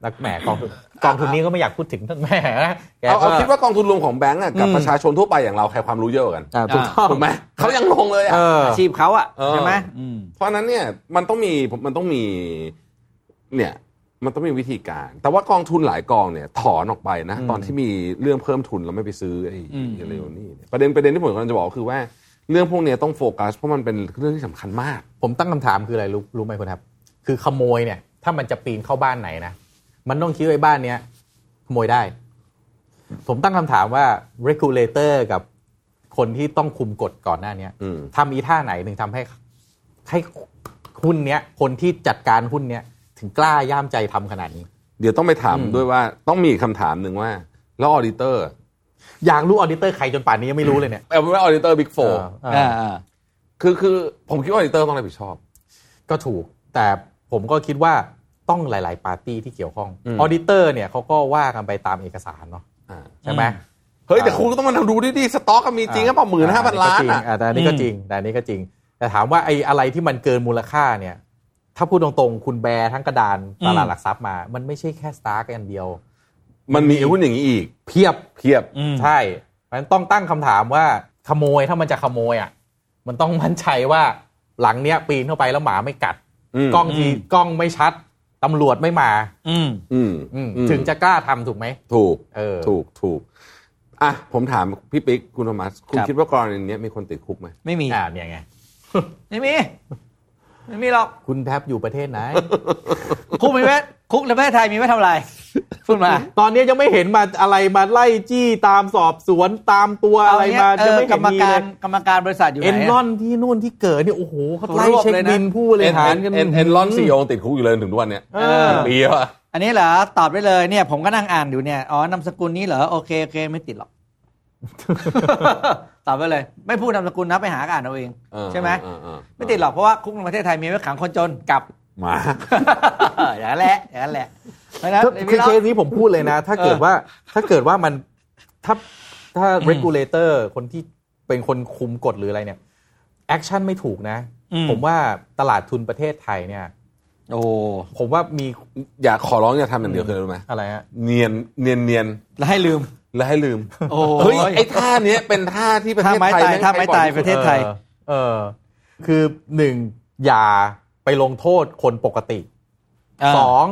Speaker 5: แล้วแหมกองกองทุนนี้ก็ไม่อยากพูดถึงทั้งแหม่นะแก
Speaker 4: เอาเอา
Speaker 5: ก็
Speaker 4: คิดว่ากองทุนรวมของแบงก์อะกับ
Speaker 5: อืม
Speaker 4: ประชาชนทั่วไปอย่างเราใครความรู้เยอะกว่ากัน
Speaker 5: อ่าถูกต้อง
Speaker 4: ถูกไหมเขายังลงเลยอะ
Speaker 5: เออ
Speaker 3: อาชีพเขาอ่ะ
Speaker 4: เออ
Speaker 3: ใช่ไหมอืม
Speaker 4: เพราะฉะนั้นเนี่ยมันต้องมีผมมันต้องมีเนี่ยมันต้องมีวิธีการ แต่ว่ากองทุนหลายกองเนี่ยถอนออกไปนะ
Speaker 5: อืม
Speaker 4: ตอนที่มีเรื่องเพิ่มทุนแล้วไม่ไปซื้อไอ้
Speaker 3: อืม
Speaker 4: เรวนี่เนี่ยประเด็นประเด็นที่ผมกำลังจะบอกคือว่าเรื่องพวกเนี้ยต้องโฟกัสเพราะมันเป็นเรื่องที่สำคัญมาก
Speaker 5: ผมตั้งคำถามคืออะไรรู้รู้ไหมคุณครับ คือขโมยเนี่ย ถ้ามันจะปีนเข้าบ้านไหนนะ มันต้องคิดไว้บ้านเนี้ยขโมยได้ ผมตั้งคำถามว่า regulator กับคนที่ต้องคุมกฎก่อนหน้าเนี้ย
Speaker 4: อืม
Speaker 5: ทำอีท่าไหนถึงทำให้ ให้หุ้นเนี้ย คนที่จัดการหุ้นเนี้ยถึงกล้าย่ามใจทำขนาดนี้
Speaker 4: เดี๋ยวต้องไปถาม
Speaker 5: อืม
Speaker 4: ด้วยว่าต้องมีอีกคำถามหนึ่งว่า แล้วออดิเตอร์
Speaker 5: อยากรู้ออดิเตอร์ใครจนป่านนี้ยังไม่รู้เลยเนี่ย
Speaker 4: เอาเป็นว่าออดิเตอร์บิ๊กโฟร์
Speaker 5: เออเอ
Speaker 3: อ่า
Speaker 5: อ
Speaker 3: อ่า
Speaker 4: คือคือผมคิดว่าออดิเตอร์ต้องรับผิดชอบ
Speaker 5: ก็ถูก แต่ผมก็คิดว่าต้องหลาย ๆ ปาร์ตี้ที่เกี่ยวข้อง
Speaker 4: อืม
Speaker 5: ออดิเตอร์เนี่ยเขาก็ว่ากันไปตามเอกสารเนาะ
Speaker 4: อ่า
Speaker 5: ใช่ไหม
Speaker 4: เฮ้ย แต่คุณก็ต้องมาดูดิดิสต็อกก็มีจริงก็เปล่าหมื่นห้าพันล้านอ่ะ
Speaker 5: อ่แต่อันนี้ก็จริงแต่อันนี้ก็จริง แต่ถามว่าไอ้อะไรที่มันเกินมูลค่าเนี่ย ถ้าพูดตรงๆ คุณแบร์ทั้งกระดานตลาดหลักทรัพย์มา มันไม่ใช่แค่สตาร์กอันเดียว
Speaker 4: มันมีหุ้นอย่างนี้อีก
Speaker 5: เพียบ
Speaker 4: เพียบ
Speaker 5: ใช่มันต้องตั้งคำถามว่าขโมยถ้ามันจะขโมยอ่ะมันต้องมั่นใจว่าหลังเนี้ยปีนเข้าไปแล้วหมาไม่กัด
Speaker 4: อืม
Speaker 5: กล้องทีกล้องไม่ชัดตำรวจไม่มา
Speaker 3: อืม
Speaker 4: อืม
Speaker 5: อืม
Speaker 4: อืม
Speaker 5: ถึงจะกล้าทำถูกไหม
Speaker 4: ถูก
Speaker 5: เออ
Speaker 4: ถูก ถูก อ่ะ ผมถามพี่ปิ๊ก คุณโทมัส คุณ
Speaker 3: ครับ
Speaker 4: คิดว่ากรณีเนี้ยมีคนติดคุกไหม
Speaker 3: ไม่มี
Speaker 5: อ่าเนี่ยไง
Speaker 3: ไม่มีไม่มีหรอก
Speaker 5: คุณแทบอยู่ประเท ศไหน
Speaker 3: คุกมีไว้คุกในประเทศไทยมีไว้ทำอะไรพูดมา
Speaker 5: ตอนนี้ยังไม่เห็นมาอะไรมาไล่จี้ตามสอบสวนตามตัวอะไรมา
Speaker 3: เอ
Speaker 5: จะ
Speaker 3: อ
Speaker 5: ไม่
Speaker 3: ก
Speaker 5: เห็
Speaker 3: ร
Speaker 5: น
Speaker 3: รม
Speaker 5: มี
Speaker 3: กา
Speaker 5: เลย
Speaker 3: รกรรมการบริษัทอยู่ไหน
Speaker 5: เอ็นล
Speaker 3: อะ
Speaker 5: อนที่นู่นที่เกิดเนี่ยโอ้โหเขาไล่
Speaker 3: รวบ
Speaker 5: เช็ค
Speaker 3: เลยนะ
Speaker 5: บินผู้บริหารกัน
Speaker 4: เอ็นเอ็นลอนซีโอติดคุกอยู่เลยถึงทุกวันเนี้ย
Speaker 5: เออ
Speaker 4: ปีแล้วอะ
Speaker 3: อันนี้เหรอตอบได้เลยเนี่ยผมก็นั่งอ่านอยู่เนี่ยอ๋อนามสกุลนี้เหรอโอเคโอเคไม่ติดหรอก ตอบไปเลย ไม่พูดนามสกุลนะไปหาอ่านเอาเอง
Speaker 4: เออ
Speaker 3: ใช่ไหม
Speaker 4: เออเออเ
Speaker 3: ไม่ติดหรอกเพราะว่าคุกในประเทศไทยมีไว้ขังคนจนกับ
Speaker 4: หมา
Speaker 3: อย่างนั้นแหละอย่างนั้นแหละเพราะฉะนั้น
Speaker 5: คือ
Speaker 3: ไม่มี
Speaker 5: คือ
Speaker 3: หรอก
Speaker 5: เคสนี้ผมพูดเลยนะ ถ้าเกิด
Speaker 3: เออ
Speaker 5: ว่าถ้าเกิดว่ามันถ้าถ้า
Speaker 3: อืม
Speaker 5: regulator คนที่เป็นคนคุมกฎหรืออะไรเนี่ยแอคชั่นไม่ถูกนะ
Speaker 3: อืม
Speaker 5: ผมว่าตลาดทุนประเทศไทยเนี่ย
Speaker 3: โอ้
Speaker 5: ผมว่ามี
Speaker 4: อย่าขอร้องอย่าทำอย่างเดียวเลยรู้ไหม
Speaker 5: อะไรฮะ
Speaker 4: เนียน เนียนเนียน
Speaker 3: แล้วให้ลืม
Speaker 4: แล้วให้ลืม
Speaker 3: โอ้
Speaker 4: เฮ้ย ไอ้ท่าเนี้ยเป็นท่าที่ประเท
Speaker 3: ถ้า
Speaker 4: ศ
Speaker 3: ไม้
Speaker 4: ไทย
Speaker 3: ตาย
Speaker 4: แง
Speaker 3: ถ้าไม้
Speaker 4: ใช้บ่อ
Speaker 3: ตาย
Speaker 4: ที่
Speaker 3: ป
Speaker 4: สุด
Speaker 3: ระเทศไทย
Speaker 5: ออเออ คือหนึ่งอย่าไปลงโทษคนปกติ สอง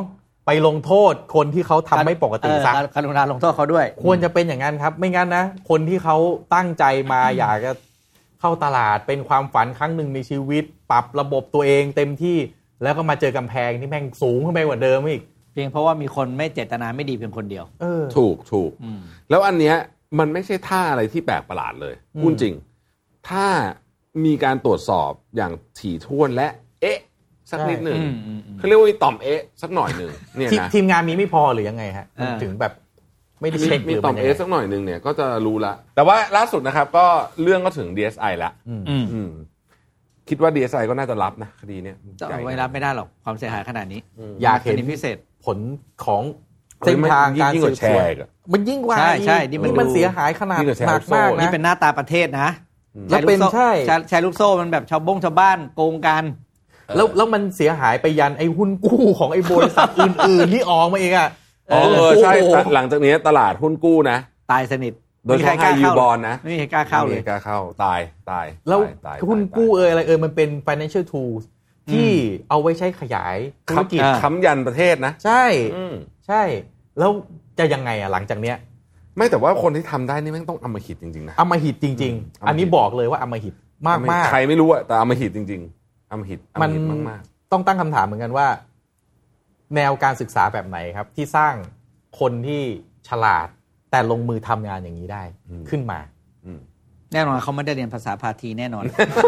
Speaker 5: ไปลงโทษคนที่เขาทำไม่ปกติซะ
Speaker 3: เออการุณาลงโทษเขาด้วย
Speaker 5: ควรจะเป็นอย่างนั้นครับ ไม่งั้นนะ คนที่เขาตั้งใจมาอยากจะเข้าตลาดเป็นความฝันครั้งหนึ่งในชีวิต ปรับระบบตัวเองเต็มที่แล้วก็มาเจอกำแพงที่แม่งสูงขึ้นไปกว่าเดิมอีก
Speaker 3: เพียงเพราะว่ามีคนไม่เจตนาไม่ดีเพียงคนเดียว
Speaker 5: เออ
Speaker 4: ถูก ถูก
Speaker 3: อืม
Speaker 4: แล้วอันเนี้ยมันไม่ใช่ท่าอะไรที่แปลกประหลาดเลย
Speaker 5: อืม
Speaker 4: พูดจริง ถ้ามีการตรวจสอบอย่างถี่ถ้วนและ เอ๊ะ สัก
Speaker 5: ใช่
Speaker 4: นิดหนึ่ง
Speaker 3: อืมอืมอืม
Speaker 4: เขาเรียกว่ามีต่อมเอ๊ะสักหน่อยหนึ่งเนี่ย
Speaker 5: ทีม
Speaker 4: นะ
Speaker 5: ทีมงานมีไม่พอหรือยังไงฮะ
Speaker 3: อ่า
Speaker 5: ถึงแบบไม่ได้
Speaker 4: มี
Speaker 5: เช็คห
Speaker 4: มี
Speaker 5: รือ
Speaker 4: ต่
Speaker 5: มั
Speaker 4: อน ม
Speaker 5: ยัง
Speaker 4: เอ๊ะ
Speaker 5: ไง
Speaker 4: สักหน่อยหนึ่งเนี่ยก็จะรู้ละ แต่ว่าล่าสุดนะครับ ก็เรื่องก็ถึง DSI ละ
Speaker 5: อืม
Speaker 3: อืม
Speaker 4: อืม คิดว่า DSI ก็น่าจะรับนะคดีเนี้ย
Speaker 3: จะ
Speaker 4: ใหญ่
Speaker 3: เอา
Speaker 4: นะ
Speaker 3: ไว้รับไม่ได้หรอกความเสียหายขนาดนี้
Speaker 5: อยากเห็น
Speaker 3: คดีพิเศษ
Speaker 5: ผลของ
Speaker 4: เฮ้
Speaker 5: เส้
Speaker 4: ย
Speaker 5: น
Speaker 4: มัน
Speaker 5: ทางการ
Speaker 4: ยิ่งก
Speaker 5: สื
Speaker 4: ว่า
Speaker 5: บ
Speaker 4: แช
Speaker 5: สวน
Speaker 4: ร์อีกอะ
Speaker 5: มันยิ่งกว่า
Speaker 3: ใช่ใช่
Speaker 5: อีก
Speaker 3: นี่มัน
Speaker 5: มันเสียหายขนาด
Speaker 4: ยิ่งกว่าแชร์
Speaker 5: หนักมาก
Speaker 4: โซ่
Speaker 5: นะ
Speaker 3: นี่เป็นหน้าตาประเทศนะ
Speaker 5: แล้วเป็นใช่
Speaker 3: แชร์แชร์ลูกโซ่มันแบบชาวบงชาวบ้านโกงกัน
Speaker 5: แล้วแล้วมันเสียหายไปยันไอ้หุ้นกู้ของไอ้บริษัทอื่นๆที่ออกมาเองอ่ะ
Speaker 4: อ๋อเออใช่
Speaker 5: โโห
Speaker 4: แต่หลังจากนี้ตลาดหุ้นกู้นะ
Speaker 3: ตายสนิท
Speaker 4: โดยเฉพาะ
Speaker 3: ไม่มีใครกล้าเข้า
Speaker 4: high yield bond นะ
Speaker 3: ไม่มีใครกล้าเข้าเลย
Speaker 4: ไม่มีกล้าเข้าตายตาย
Speaker 5: แล้ว
Speaker 4: ตายตาย
Speaker 5: หุ้น
Speaker 4: ตาย
Speaker 5: กู้เอ่ยอะไรเอ่ยมันเป็น financial tools ที่เอาไว้ใช้ขยายธุรกิจ
Speaker 3: อ่า
Speaker 4: ค้ำยันประเทศนะ
Speaker 5: ใช่
Speaker 4: อืม
Speaker 5: ใช่ แล้วจะยังไงอ่ะหลังจากเนี้ย
Speaker 4: ไม่แต่ว่าคนที่ทำได้นี่แม่งต้องอำมหิตจริงๆนะ
Speaker 5: อำมหิตจริง
Speaker 4: อำมหิต
Speaker 5: ๆ อันนี้บอกเลยว่าอำมหิตมากมาก
Speaker 4: ใครไม่รู้อะแต่อำมหิตจริง ๆอำมหิตอำม
Speaker 5: มัน
Speaker 4: หิตมาก
Speaker 5: ต้องตั้งคำถามเหมือนกันว่า แนวการศึกษาแบบไหนครับ ที่สร้างคนที่ฉลาดแต่ลงมือทำงานอย่างนี้ได้ขึ้นมา
Speaker 4: ๆอืม
Speaker 3: แน่นอนเขาไม่ได้เรียนภาษาพาทีแน่นอน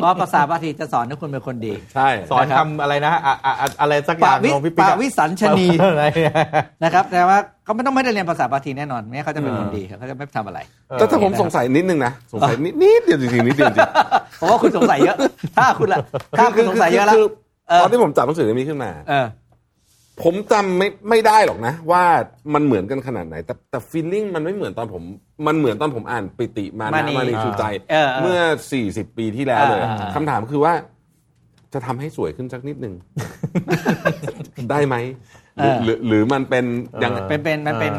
Speaker 3: เพราะภาษาพาทีจะสอนให้คุณเป็นคนดี
Speaker 4: ใช่
Speaker 5: สอนคำอะไรนะอะอะอะอะไรสักอย่าง
Speaker 3: ปะวิ
Speaker 5: ของพี่ปิ๊ก
Speaker 3: ปะ
Speaker 5: อะ
Speaker 3: วิสัญชนี
Speaker 5: อะไรเนี่ย
Speaker 3: นะครับ แต่ว่าเขาไม่ต้องไม่ได้เรียนภาษาพาทีแน่นอน ไม่งั้นเขาจะเป็นคนดีเขาจะไม่ทำอะไร
Speaker 4: แต่ถ้าผมสงสัยนิดนึงนะสงสัยนิดนิดเดียวจริงๆนิดเดียวจริง
Speaker 3: เพราะว่าคุณสงสัย เยอะ ถ้าคุณละถ้าคุณสงสัยเยอะแล้ว
Speaker 4: คื
Speaker 3: เออ
Speaker 4: ตอนที่ผมจับหนังสือเล่มนี้ขึ้นมา
Speaker 3: เออ
Speaker 4: ผมจำไม่ไม่ได้หรอกนะ ว่ามันเหมือนกันขนาดไหน แต่แต่ฟีลลิ่งมันไม่เหมือนตอนผม มันเหมือนตอนผมอ่านปิติมานะ
Speaker 3: มานี
Speaker 4: มานีชูใจ
Speaker 3: เออเออ
Speaker 4: เมื่อ 40 ปีที่แล้วเลย
Speaker 3: อ่าอ่า
Speaker 4: คำถามคือว่า จะทำให้สวยขึ้นสักนิดหนึ่ง ได้ไหมหรือหรือหรือมันเป็นยัง
Speaker 3: เป็นเป็นมันเป็น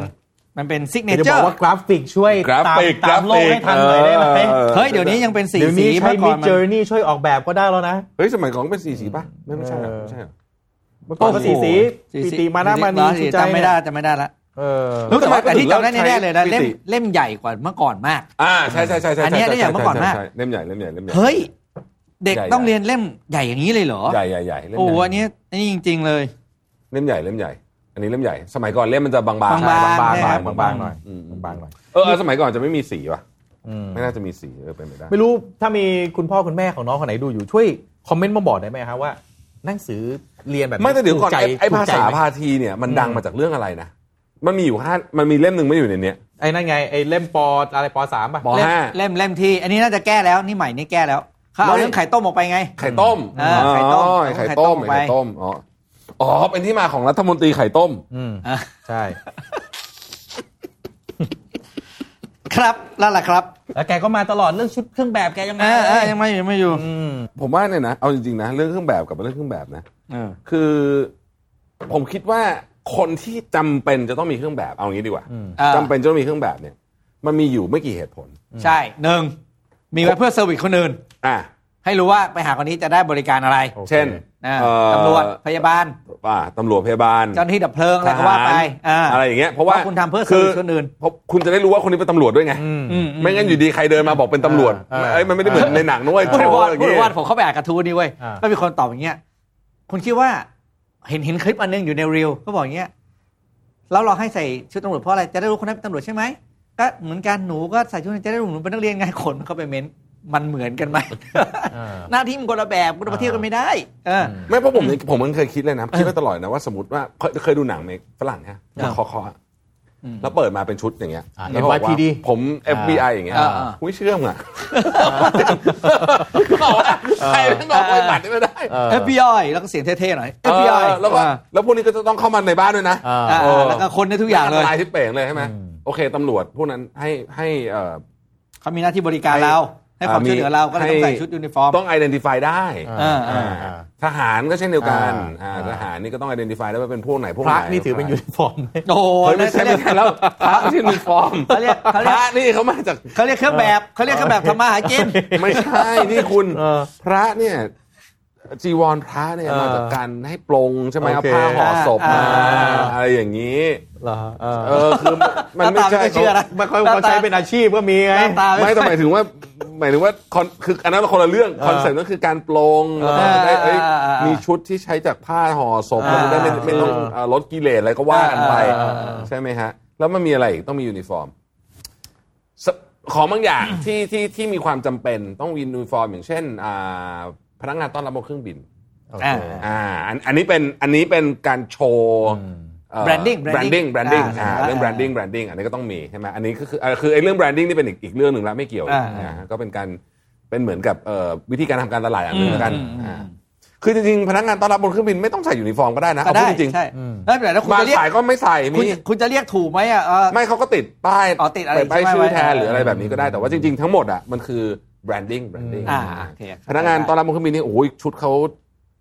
Speaker 3: มันเป็นซิกเน
Speaker 5: จะ
Speaker 3: เจ
Speaker 5: บอก
Speaker 3: อร์
Speaker 5: ว่ากราฟิกช่วย
Speaker 4: กรา
Speaker 5: ตาม
Speaker 4: ฟิก
Speaker 5: ตามโลกให้ทันหน่อยได้ไหม
Speaker 4: กราฟิกเออ
Speaker 3: เฮ้ยเดี๋ยวนี้ยังเป็นสี
Speaker 5: เดี๋ยว
Speaker 3: สี
Speaker 5: นี้ใช้
Speaker 3: เมื่อก่
Speaker 5: มิ
Speaker 3: อ
Speaker 5: ด
Speaker 3: นมัน
Speaker 5: เจอร์นี่ช่วยออกแบบก็ได้แล้วนะ
Speaker 4: เฮ้ย สมัยก่อนเป็นสีสีป่ะ ไม่ไม่ใช่เหรอไม่ใช่เหรอ
Speaker 5: มันก็สีสีปีติมานะมานีชูใจ
Speaker 3: จำไม่ได้จำไม่ได้ละ
Speaker 5: เออ
Speaker 4: แล้ วทำไม
Speaker 3: แต่ที่จำได้
Speaker 4: ถึงเลิ
Speaker 3: แน่
Speaker 4: ก
Speaker 3: ๆเลยนะ
Speaker 4: ใช้
Speaker 3: เล่ม
Speaker 4: ปิติ
Speaker 3: เล่มใหญ่กว่าเมื่อก่อนมาก
Speaker 4: อ่าใช่ใช่ใช่ใช่
Speaker 3: อันนี้ได้อย่างเมื่อก่อนมาก
Speaker 4: ใช่ใช่เล่มใหญ่เล่มใหญ่เล่มใหญ่
Speaker 3: เฮ้ย เด็ก
Speaker 4: ใหญ่
Speaker 3: ต้องเรียนเล่มใหญ่อย่างนี้เลยเหรอ
Speaker 4: ใหญ่ใหญ่ใหญ่เล่ม
Speaker 3: โอ้
Speaker 4: ให
Speaker 3: โห
Speaker 4: ญ่
Speaker 3: อันนี้อันนี้จริง ๆ เลย
Speaker 4: เล่มใหญ่เล่มใหญ่ อันนี้เล่มใหญ่ สมัยก่อนเล่มมันจะบางๆ
Speaker 3: บางๆ
Speaker 5: บาง
Speaker 4: ใช่
Speaker 5: บางบา
Speaker 4: บาง
Speaker 5: งๆหน่อยบางๆหน่อย
Speaker 4: ๆเออเออสมัยก่อนจะไม่มีสีป่ะ
Speaker 5: อืม
Speaker 4: ไม่น่าจะมีสีเออเป็นไปได้
Speaker 5: ไม่รู้ถ้ามีคุณพ่อคุณแม่ของน้องคนไหนดูอยู่ช่วยคอมเมนต์มาบอกได้ไหมครับว่าหนังสือเรียนแบบนี้
Speaker 4: ไม่แต่เดี๋ยวก่อน
Speaker 5: ถูใจ
Speaker 4: ไอ้ไอ้ภา
Speaker 5: ถูกใจ
Speaker 4: ษา
Speaker 5: ไหม
Speaker 4: พาทีเนี่ยมัน
Speaker 5: อืม
Speaker 4: ดังมาจากเรื่องอะไรนะ มันมีอยู่ห้ามันมีเล่มหนึ่งไม่อยู่ในเนี้ย
Speaker 5: ไอ้นั่นไงไอ้เล่มปออะไรปอสามป่ะ
Speaker 4: ปห้า
Speaker 3: เล่มเล่มที่ อันนี้น่าจะแก้แล้วนี่ใหม่นี่แก้แล้วเขาเอา
Speaker 4: ไม่
Speaker 3: เรื่องไข่ต้มออกไปไง
Speaker 4: ไข่ต้ม
Speaker 3: อ่าไข่ต้ม
Speaker 4: อ๋อไข่ต้ม
Speaker 3: ไข่ต้ม
Speaker 4: ไข่ต้มอ๋ออ๋อเป็นที่มาของรัฐมนตรีไข่ต้ม
Speaker 5: อืม
Speaker 3: อ่ะ
Speaker 5: ใช่
Speaker 3: ครับนั่นแหละครับ
Speaker 5: แล้วแกก็มาตลอดเรื่องชุดเครื่องแบบแกยังไง
Speaker 3: เออเออยังไม่อยู่ยังไม่อยู่
Speaker 5: อืม
Speaker 4: ผมว่าเนี่ยนะเอาจริงๆนะเรื่องเครื่องแบบกับเรื่องเครื่องแบบนะ
Speaker 3: เออ
Speaker 4: คือผมคิดว่าคนที่จำเป็นจะต้องมีเครื่องแบบเอางี้ดีกว่า
Speaker 3: อ่า
Speaker 4: จำเป็นจะต้องมีเครื่องแบบเนี่ย มันมีอยู่ไม่กี่เหตุผล
Speaker 3: ใช่หนึ่งมีไว้เพื่อเซอร์วิสคนอื่น
Speaker 4: อ่ะ
Speaker 3: ให้รู้ว่าไปหาคนนี้จะได้บริการอะไร
Speaker 4: เช่น
Speaker 3: นะ
Speaker 4: เอ่อ
Speaker 3: ตำรวจพยาบาล
Speaker 4: อ่ะตำรวจพยาบาล
Speaker 3: เจ้าหน้าที่ดับเพลิงอะไรก็ว่าไปอ่า
Speaker 4: อะไรอย่างเงี้ยเพราะว่า
Speaker 3: เพราะคุณทำเพื่อ
Speaker 4: อ
Speaker 3: service คนอื่น
Speaker 4: เพราะคุณจะได้รู้ว่าคนนี้เป็นตำรวจด้วยไง
Speaker 5: อืม
Speaker 3: อืม
Speaker 4: ไม่งั้นอยู่ดีใครเดินมาบอกเป็นตำรวจ
Speaker 5: เออเออ
Speaker 4: เอ้ยมันไม่ได้เหมือนในหนังนะเว้ย
Speaker 3: พูดถึง
Speaker 4: โอ้
Speaker 3: ว่า
Speaker 4: โห
Speaker 3: พูดถึงว่า
Speaker 4: อย่างเงี้
Speaker 3: ผ
Speaker 4: ย
Speaker 3: มเข้าไปอ่านกระทู้นี่เว้ย
Speaker 5: อ่า
Speaker 3: ก็มีคนตอบอย่างเงี้ยคุณคิดว่าเห็นเห็นคลิปอันนึงอยู่ในรีวก็บอกอย่างเงี้ยแล้วเราให้ใส่ชุดตำรวจเพราะอะไรจะได้รู้คนนั้นเป็นตำรวจใช่ไหมก็เหมือนกันหนูก็ใส่ชุดนี้จะได้รู้หนูเป็นนักเรียนไงคนเข้าไปเม้นมันเหมือนกันไหม
Speaker 5: อ่า
Speaker 3: หน้าที่มันคนละแบบคุณจะมาเที่ยวกันไม่ได้เออ
Speaker 4: ไม่เพราะผมเนี่ยผมมันเคยคิดเลยนะคิดมาตลอดนะว่าสมมติว่าเคยเคยดูหนังเมกฝรั่งฮะ
Speaker 3: อ่า
Speaker 4: คอคอๆอะแล้วเปิดมาเป็นชุดอย่างเงี้ย
Speaker 5: อ่า
Speaker 4: แล้วก็บอกว่า
Speaker 5: NYPD
Speaker 4: ผม FBI อย่างเงี้ย
Speaker 3: อ่า
Speaker 4: หุ้ยเชื่อมอ่ะบอกว่าใครเป็นบอกว่าบัตรนี่ไม่ได้
Speaker 3: FBI แล้วก็เสียงเท่ๆหน่อย
Speaker 4: เออ
Speaker 3: FBI
Speaker 4: แล้วก็
Speaker 3: อ่า
Speaker 4: แล้วพวกนี้ก็จะต้องเข้ามาในบ้านด้วยนะ
Speaker 5: อ่า
Speaker 3: อ่า
Speaker 4: เออ
Speaker 3: แล้วก็คนในทุกอย่างเลย
Speaker 4: นตรายที่เป่งเลยใช่ไหม
Speaker 5: อืม
Speaker 4: โอเคตำรวจพวกนั้นให้ให้เอ่อ
Speaker 3: เขามีหน้าที่บริการเราให้ความช่วยเหลือเราก็เลยต้องใส่ชุดยูนิฟอร์ม
Speaker 4: ต้อง identify ได้
Speaker 3: อ่าอ่า
Speaker 4: อ่าทหารก็เช่นเดียวกัน
Speaker 5: อ่า
Speaker 4: อ่าทหารนี่ก็ต้อง identify ได้ว่าเป็นพวกไหนพวก
Speaker 5: พ
Speaker 4: ไหน
Speaker 5: ระนี่ถือเป็นยูนิฟอร์มไหม
Speaker 3: โอ้โห
Speaker 4: เฮ้ยไม่ใช่
Speaker 3: เขาเรี
Speaker 4: ไม่
Speaker 3: ยก
Speaker 4: ใช่แล้วพระที่มีฟอร์ม
Speaker 3: เขาเรียก
Speaker 4: พ
Speaker 3: เขาเรียก
Speaker 4: ระนี่เขามาจาก
Speaker 3: เขาเรียกเครื่องแบบเขาเรียกเครื่องแบบทำมาหากิน
Speaker 4: ไม่ใช่นี่คุณ
Speaker 5: เออ
Speaker 4: พระเนี่ยจีวรพระเนี่ย
Speaker 5: เออ
Speaker 4: มาจากการให้ปลงใช่ไหมเอา
Speaker 5: โอเค
Speaker 4: ผ้าห่อศพมา
Speaker 3: อ่า
Speaker 4: อะไรอย่างนี้
Speaker 5: เหรอเออ
Speaker 4: เออคือมันไม่
Speaker 3: แล้วตาม
Speaker 4: ใช่
Speaker 3: ไม่เชื่อนะ
Speaker 5: ไม่ค่อยเขาใช้เป็นอาชีพก็มีไง
Speaker 3: หน้าตา
Speaker 4: ไม่
Speaker 3: ไม่
Speaker 4: แต่
Speaker 3: ใช่
Speaker 4: หมายถึงว่าหมายถึงว่าคอนคืออันนั้นมันคนละเรื่องคอนเซ็ปต์นั่นคือการปลงแล้วก็จะได้เอ้ยมีชุดที่ใช้จากผ้าห่อศพมันจะได้ไม่ไม่ต้องเอ่อลดกิเลสอะไรก็ว่ากันไป
Speaker 5: เออเออเออ
Speaker 4: ใช่ไหมฮะ แล้วมันมีอะไรอีกต้องมียูนิฟอร์มสของบางอย่าง ที่ที่ที่มีความจำเป็นต้องมียูนิฟอร์ม อย่างเช่นอ่าพนักงานต้อนรับบนเครื่องบิน
Speaker 5: โอ
Speaker 3: อ่า
Speaker 5: เค
Speaker 4: อ่าอันอันนี้เป็นอันนี้เป็นการโชว์
Speaker 5: อืม
Speaker 4: เอ่อ
Speaker 3: branding branding
Speaker 4: branding branding
Speaker 3: อ่า
Speaker 4: อ่าเรื่อง
Speaker 3: อ่า
Speaker 4: branding branding อันนี้ก็ต้องมีใช่ไหมอันนี้ก็คือเอ่อคือไอ้เรื่อง branding นี่เป็นอีกอีกเรื่องหนึ่งแล้วไม่เกี่ยว
Speaker 3: อ่า
Speaker 4: อ่าก็เป็นการเป็นเหมือนกับเอ่อวิธีการทำการตลาดอย่างหนึ่งแล้วกัน
Speaker 3: อืม
Speaker 4: อ่าคือจริงๆพนักงานต้อนรับบนเครื่องบินไม่ต้องใส่ยูนิฟอร์มก็ได้นะ
Speaker 3: ก็
Speaker 4: เอา
Speaker 3: ได้
Speaker 4: พูดจริง
Speaker 3: ใช่
Speaker 5: อืม
Speaker 3: ไม่เป็นไรแล้วคุณ
Speaker 4: บาง
Speaker 3: จะเรียก
Speaker 4: สายก็ไม่ใส่
Speaker 3: คุณ
Speaker 4: มี
Speaker 3: คุณจะเรียกถูกไหมอ่ะเออ
Speaker 4: ไม่เขาก็ติดป้าย
Speaker 3: อ๋อติดอะไร
Speaker 4: เป้าย
Speaker 3: ใช่ไหม
Speaker 4: ชื่อแทน
Speaker 3: ไว้
Speaker 4: หรืออะไรแบบนี้ก็ได้แต่ว่าจริง ๆ ทั้งหมดอ่ะมันคือ branding branding
Speaker 3: อ่าโอเค
Speaker 4: พนักงานตอนรับบนเครื่องบินนี่โอ้ยชุดเขา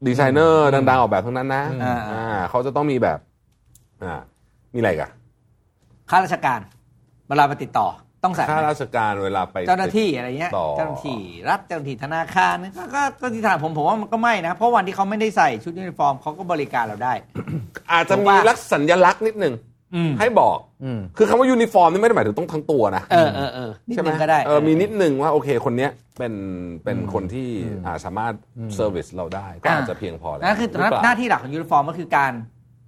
Speaker 4: ดีไซเนอร์ดังๆออกแบบทั้งนั้นนะ
Speaker 3: อ่า
Speaker 4: อ่าเขาจะต้องมีแบบ อ่า มีอะไรอีกัน
Speaker 3: ข้าราชการเวลาไปติดต่อต้องใส่ไหม
Speaker 4: ข้าราชการเวลาไป
Speaker 3: เจ้าหน้าที่อะไรเงี้ย
Speaker 4: ต่อ
Speaker 3: เจ้าหน้าที่รัฐเจ้าหน้าที่ธนาคารก็ก็ก็ที่ถามผมผมว่ามันก็ไม่นะเพราะวันที่เขาไม่ได้ใส่ชุดยูนิฟอร์มเขาก็บริการเราได้
Speaker 4: อาจจะมีลักษณ์สัญลักษณ์นิดหนึง
Speaker 3: อืม
Speaker 4: ให้บอก
Speaker 5: อืม
Speaker 4: คือคำว่ายูนิฟอร์มนี่ไม่ได้หมายถึงต้องทั้งตัวนะ
Speaker 3: เออเออเออนิด
Speaker 4: ใช่ไหม
Speaker 3: นึงก็ได้
Speaker 4: เออมีนิดหนึงว่าโอเคคนเนี้ยเป็นเป็นคนที่อ่าสามารถเซอร์วิสเราได้ก็อาจจะเพียงพอแล้ว
Speaker 3: นั่นคือ
Speaker 4: หรือเปล่า
Speaker 3: หน้าที่หลักของยูนิฟอร์มก็คือการ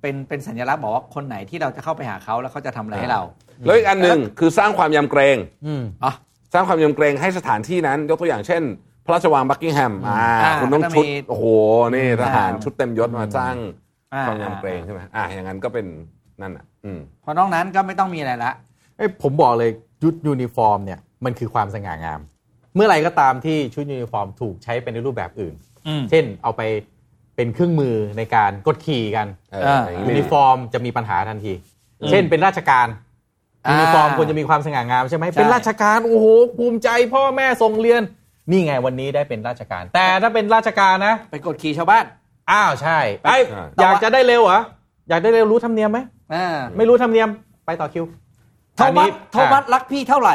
Speaker 3: เป็นเป็นสัญลักษณ์บอกว่าคนไหนที่เราจะเข้าไปหาเขาแล้วเขาจะทำอะไรให้เรา
Speaker 4: แล้วอีกอันหนึ่งคือสร้างความยำเกรง
Speaker 5: อืม
Speaker 3: อ๋อ
Speaker 4: สร้างความยำเกรงให้สถานที่นั้น ยกตัวอย่างเช่น พระราชวังบักกิงแฮมอ่า
Speaker 3: อ่า
Speaker 4: คุณต้อง
Speaker 3: แล้วก็
Speaker 4: ชุด
Speaker 3: มี
Speaker 4: โอ้โห นี่ทหาร
Speaker 3: อ่า
Speaker 4: ชุดเต็มยศมาสร้าง
Speaker 3: อ่
Speaker 4: ความยำเกรงใช่ไหมอ่าอย่างนั้นก็เป็นนั่นอ่ะอืม
Speaker 3: เพราะนอกนั้นก็ไม่ต้องมีอะไรละ
Speaker 5: เอ้ยผมบอกเลยชุดยูนิฟอร์มเนี่ยมันคือความสง่างาม เมื่อไหรก็ตามที่ชุดยูนิฟอร์มถูกใช้เป็นในรูปแบบอื่น
Speaker 3: อืม
Speaker 5: เช่นเอาไปเป็นเครื่องมือในการกดขี่กัน
Speaker 4: เออ
Speaker 3: อ่า
Speaker 4: อย่างนี้
Speaker 5: ยู
Speaker 4: ไม่
Speaker 5: นิ
Speaker 4: ดี
Speaker 5: ฟอร์มจะมีปัญหาทันที เช่นเป็นราชการ
Speaker 3: อ่า
Speaker 5: ยูนิฟอร์มควรจะมีความสง่างามใช่ไหม
Speaker 3: ใช่
Speaker 5: เป็นราชการโอ้โหภูมิใจพ่อแม่ส่งเรียน นี่ไงวันนี้ได้เป็นราชการ แต่ถ้าเป็นราชการนะ
Speaker 3: ไปกดขี่ชาวบ้าน
Speaker 5: อ้าวใช่ไอย
Speaker 4: อ่า
Speaker 5: อยากจะได้เร็วเหรออยากได้เร็วรู้ธรรมเนียมไหม
Speaker 3: อ่า
Speaker 5: ไม่รู้ธรรมเนียมไปต่อคิว
Speaker 3: โทมั
Speaker 5: อัน
Speaker 3: ส
Speaker 5: นี้
Speaker 3: โทมัสรักพี่เท่าไหร่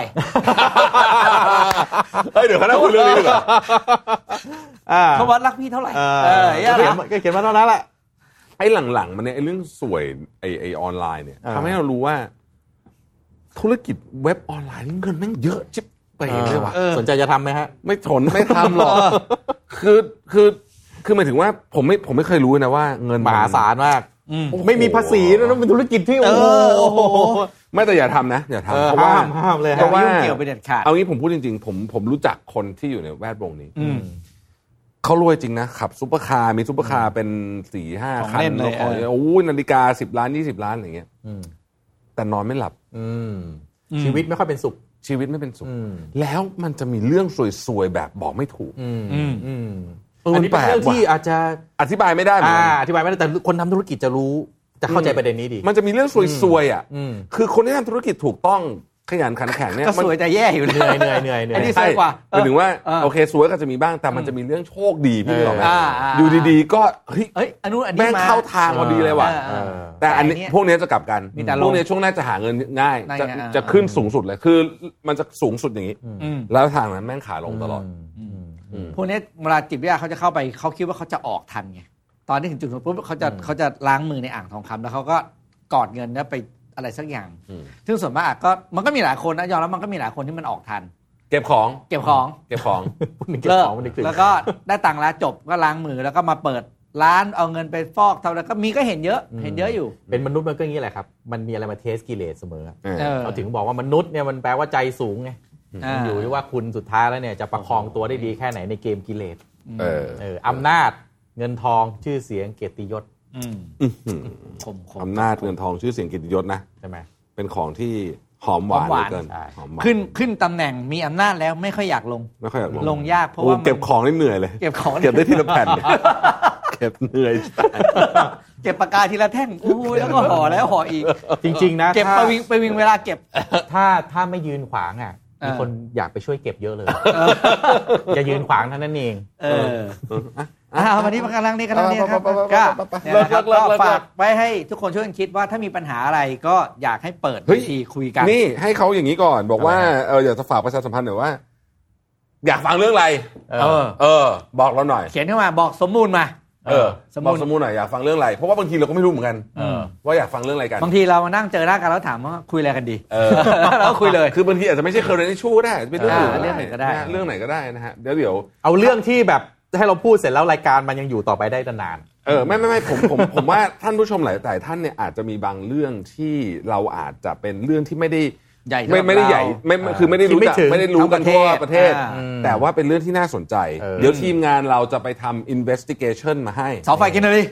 Speaker 4: เฮ้ยเดี๋ยวเขาเล่าคุยเรื่องนี้ดีกว่า
Speaker 5: อ่า
Speaker 3: โทมัสรักพี่เท่าไหร่
Speaker 5: เออ
Speaker 3: เออ
Speaker 5: ก็
Speaker 3: เนี่
Speaker 5: เขียน
Speaker 3: ยนะ
Speaker 5: มาก็เขียนมาเท่านั้นแหละ
Speaker 4: ไอ้หลังๆ มันเนี่ยไอ้เรื่องสวยไอ้ไอ้ออนไลน์เนี่ย
Speaker 5: อ่า
Speaker 4: ทำให้เรารู้ว่า ธุรกิจเว็บออนไลน์นี่เงินแม่งเยอะชิบเป๋เลยว่ะ
Speaker 5: เออสนใจจะทำไหมฮะ
Speaker 4: ไม่ทนไม่ทำหรอก คือคือคือหมายถึงว่าผมไม่ผมไม่เคยรู้นะว่าเงิน
Speaker 5: ม
Speaker 4: น
Speaker 5: หาศาลมาก
Speaker 4: โอ้โห
Speaker 5: ไม่มีภาษีด้วยนะเป็นธุรกิจที่ โอ้โห
Speaker 3: เออโอ้โห
Speaker 4: ไม่แต่อย่าทำนะอย่าทำ
Speaker 5: เออ
Speaker 4: เพราะว่า
Speaker 5: ห้ามห้ามเลย
Speaker 3: อ
Speaker 5: ฮะ
Speaker 3: ย่าไปยุ่งเกี่ยวไปเด็ดขาด
Speaker 4: เอางี้ผมพูดจริงๆ ผมผมรู้จักคนที่อยู่ในแวดวงนี้
Speaker 3: อืม
Speaker 4: เขารวยจริงนะขับซุปเปอร์คาร์มีซุปเปอร์คาร์เป็นสี่ห้า
Speaker 3: ของ
Speaker 4: คัน
Speaker 3: เล่นเลย
Speaker 4: แล้วของ
Speaker 3: เออ
Speaker 4: โอ้ยนาฬิกาสิบล้านยี่สิบล้านอะไรเงี้ย
Speaker 5: อืม
Speaker 4: แต่นอนไม่หลับ
Speaker 5: อืมชีวิตไม่ค่อยเป็นสุข
Speaker 4: ชีวิตไม่เป็นสุข
Speaker 5: อืม
Speaker 4: แล้วมันจะมีเรื่องสวยๆแบบบอกไม่ถูก
Speaker 5: อืม
Speaker 3: อืม
Speaker 5: อืม
Speaker 4: เออมั
Speaker 5: อัน
Speaker 4: น
Speaker 5: นี้เป็นเรื่อง
Speaker 4: แปลกว่ะ
Speaker 5: ที่อาจจะ
Speaker 4: อธิบายไม่ได้เหมือน
Speaker 5: อ่า
Speaker 4: กัน
Speaker 5: อธิบายไม่ได้แต่คนทำธุรกิจจะรู้ จะเข้าใจประเด็นนี้ดี
Speaker 4: มันจะมีเรื่องสวยๆอ่ะ
Speaker 5: อืม
Speaker 4: คือคนที่ทำธุรกิจถูกต้องขยันขันแข็งเนี่ย
Speaker 3: ก็
Speaker 4: มัน
Speaker 3: สวยแต่แย่อยู่
Speaker 5: เหนื่อยเหนื่อยเหนื่อยเหนื่
Speaker 3: อั
Speaker 5: อน ย
Speaker 3: นี้ส
Speaker 4: ใช่
Speaker 3: วยกว่า
Speaker 4: หมายถึงว่า
Speaker 3: เออ
Speaker 4: โอเคสวยก็จะมีบ้างแต่มันจะมีเรื่องโชคดีพี่นึกออกไหม
Speaker 5: เออ
Speaker 3: อ่าๆ
Speaker 4: อยู่ดีๆ ก็เฮ้ย
Speaker 3: เอ้ยอันนู้นอันนี้
Speaker 4: แม่ง
Speaker 3: มา
Speaker 4: เข้าทางพอดีเลยว่ะ
Speaker 5: เออ
Speaker 4: แต่อัน
Speaker 3: แต่อันเนี้
Speaker 4: นี้
Speaker 3: ย
Speaker 4: พวกเนี้ยจะกลับกัน
Speaker 3: มีแต่ลง
Speaker 4: พวกเนี้ยช่วงหน้าจะหาเงินง่าย
Speaker 3: ได้
Speaker 4: จะ
Speaker 3: ไงอ่า
Speaker 4: จะขึ้นสูงสุดเลยคือมันจะสูงสุดอย่างนี้
Speaker 3: อืม
Speaker 4: แล้วทางนั้นแม่งขาลงตลอด
Speaker 3: พวกเนี้ยเวลาจิตวิทยาเขาจะเข้าไปเขาคิดว่าเขาจะออกทันไงตอนที่ถึงจุดนั้นปุ๊บเขาจะเขาจะล้างมือในอ่างทองคำแล้วเขาก็กอดเงินแล้วไปอะไรสักอย่าง
Speaker 4: อืม
Speaker 3: ซึ่งส่วนมากก็มันก็มีหลายคนนะยอมรับมันก็มีหลายคนที่มันออกทัน
Speaker 4: เก็บของ
Speaker 3: เก็บของ
Speaker 4: เก็บของ
Speaker 5: พูดถึงเก็บ
Speaker 3: เลิ
Speaker 5: ข
Speaker 3: ก
Speaker 5: องมันนึกถึง
Speaker 3: แล้วก็ได้ตังค์แล้วจบก็ล้างมือแล้วก็มาเปิดร้านเอาเงินไปฟอกทำอะไรก็มีก็เห็นเยอะเห็นเยอะอยู่
Speaker 5: เป็นมนุษย์มันก็อย่างนี้แหละครับ มันมีอะไรมาเทสกิเลสเสมอ
Speaker 4: เออ
Speaker 3: เออ
Speaker 5: เราถึงบอกว่ามนุษย์เนี่ยมันแปลว่าใจสูงไง
Speaker 3: อ่า
Speaker 5: มันอยู่ที่ว่าคุณสุดท้ายแล้วเนี่ยจะประคองตัวได้ดีแค่ไหนในเกมกิเลส
Speaker 4: เออ
Speaker 5: เอออำนาจเงินทองชื่อเสียงเกียรติยศ
Speaker 3: อืมคมคม
Speaker 4: อำนาจเงินทองชื่อเสียงเกิตยศนะ
Speaker 5: ใช่ไหม
Speaker 4: เป็นของที่หอมหวาน
Speaker 3: หอมห
Speaker 4: เหลือ
Speaker 3: วา
Speaker 4: น เกิน
Speaker 5: ใช่
Speaker 4: หอมหวาน
Speaker 3: ขึ้นขึ้นตำแหน่งมีอำนาจแล้วไม่ค่อยอยากลง
Speaker 4: ไม่ค่อยอยากลง
Speaker 3: ลงยากเพราะ
Speaker 4: โอ้
Speaker 3: ว่ามัน
Speaker 4: เก็บของนี่เหนื่อยเลย
Speaker 3: เก็บของ
Speaker 4: เก็บได้ทีละแผ่นเก็บเหนื่อย
Speaker 3: เก็บปากกาทีละแท่งโอ้ยแล้วก็ห่อแล้วห่ออีก
Speaker 5: จริง ๆ นะ
Speaker 3: เก็บ
Speaker 5: ถ้า
Speaker 3: ไปวิงไปวิงเวลาเก็บ
Speaker 5: ถ้าถ้าไม่ยืนขวางอ่ะมี
Speaker 3: เออ
Speaker 5: คนอยากไปช่วยเก็บเยอะเลยอย่ายืนขวางเท่านั้นเอง
Speaker 3: เอออ่าวันนี้กำลังนี้กำลังนี้นะครับก็เนี่ย
Speaker 4: เลิก
Speaker 3: นะค
Speaker 4: เลิ
Speaker 3: รับ
Speaker 4: กเลิ
Speaker 3: ก็
Speaker 4: กเลิก
Speaker 3: ฝากไว้ให้ทุกคนช่วยกันคิดว่าถ้ามีปัญหาอะไรก็อยากให้เปิด
Speaker 4: เฮ้ย
Speaker 3: เวทีคุยกัน
Speaker 4: นี่ให้เขาอย่างนี้ก่อน บอกว่าเอออยากจะฝากประชาสัมพันธ์หน่อยว่า อยากฟังเรื่องอะไร
Speaker 5: เอ
Speaker 3: เอ
Speaker 5: อ
Speaker 3: อ
Speaker 4: เออ บอกเราหน่อย
Speaker 3: เขียนเข้ามาบอกสมมูลมา
Speaker 4: เออ
Speaker 3: สมมุ
Speaker 4: บอ
Speaker 3: ติ
Speaker 4: กสมมุติหน่อยอยากฟังเรื่องอะไร เพราะว่าบางทีเราก็ไม่รู้เหมือนกัน
Speaker 5: เออ
Speaker 4: ว่าอยากฟังเรื่องอะไรกัน
Speaker 3: บางทีเรามานั่งเจอหน้ากันแล้วถามว่าคุยอะไรกันดี
Speaker 4: เออ
Speaker 3: แล้วก็คุยเลย
Speaker 4: คือบางทีอาจจะไม่ใช่ current issue ก็ได้อาจจะเป็นเรื่องอื่น
Speaker 3: อ่าเรื่องไหนก็ได้
Speaker 4: ะฮะเรื่องไหนก็ได้นะฮะเดี๋ยวเดี๋ยว
Speaker 5: เอาเรื่องที่แบบให้เราพูดเสร็จแล้วรายการมันยังอยู่ต่อไปได้นาน
Speaker 4: เออไม่ไม่ไม่ ผมผมผมว่าท่านผู้ชมหลายหลายท่านเนี่ยอาจจะมีบางเรื่องที่เราอาจจะเป็นเรื่องที่ไม่ได้
Speaker 1: ใหญ่สำห
Speaker 4: ไม่
Speaker 1: รับ
Speaker 4: ไม่ได้ใหญ่
Speaker 1: เรา
Speaker 4: ไม่ไม่คือไม่ได้รู้จัก
Speaker 5: คิดไม่ถึง
Speaker 4: ไม่ได้รู้กันทั่ว
Speaker 3: ทั้ง
Speaker 4: ป
Speaker 3: ประ ระ
Speaker 4: เท
Speaker 3: เท
Speaker 4: ศ
Speaker 3: ศ
Speaker 5: อ่า
Speaker 4: แต่ว่าเป็นเรื่องที่น่าสนใจ
Speaker 5: เออ
Speaker 4: เดี๋ยวทีมงานเราจะไปทำ investigation มาให้
Speaker 3: เสาไฟกินเลย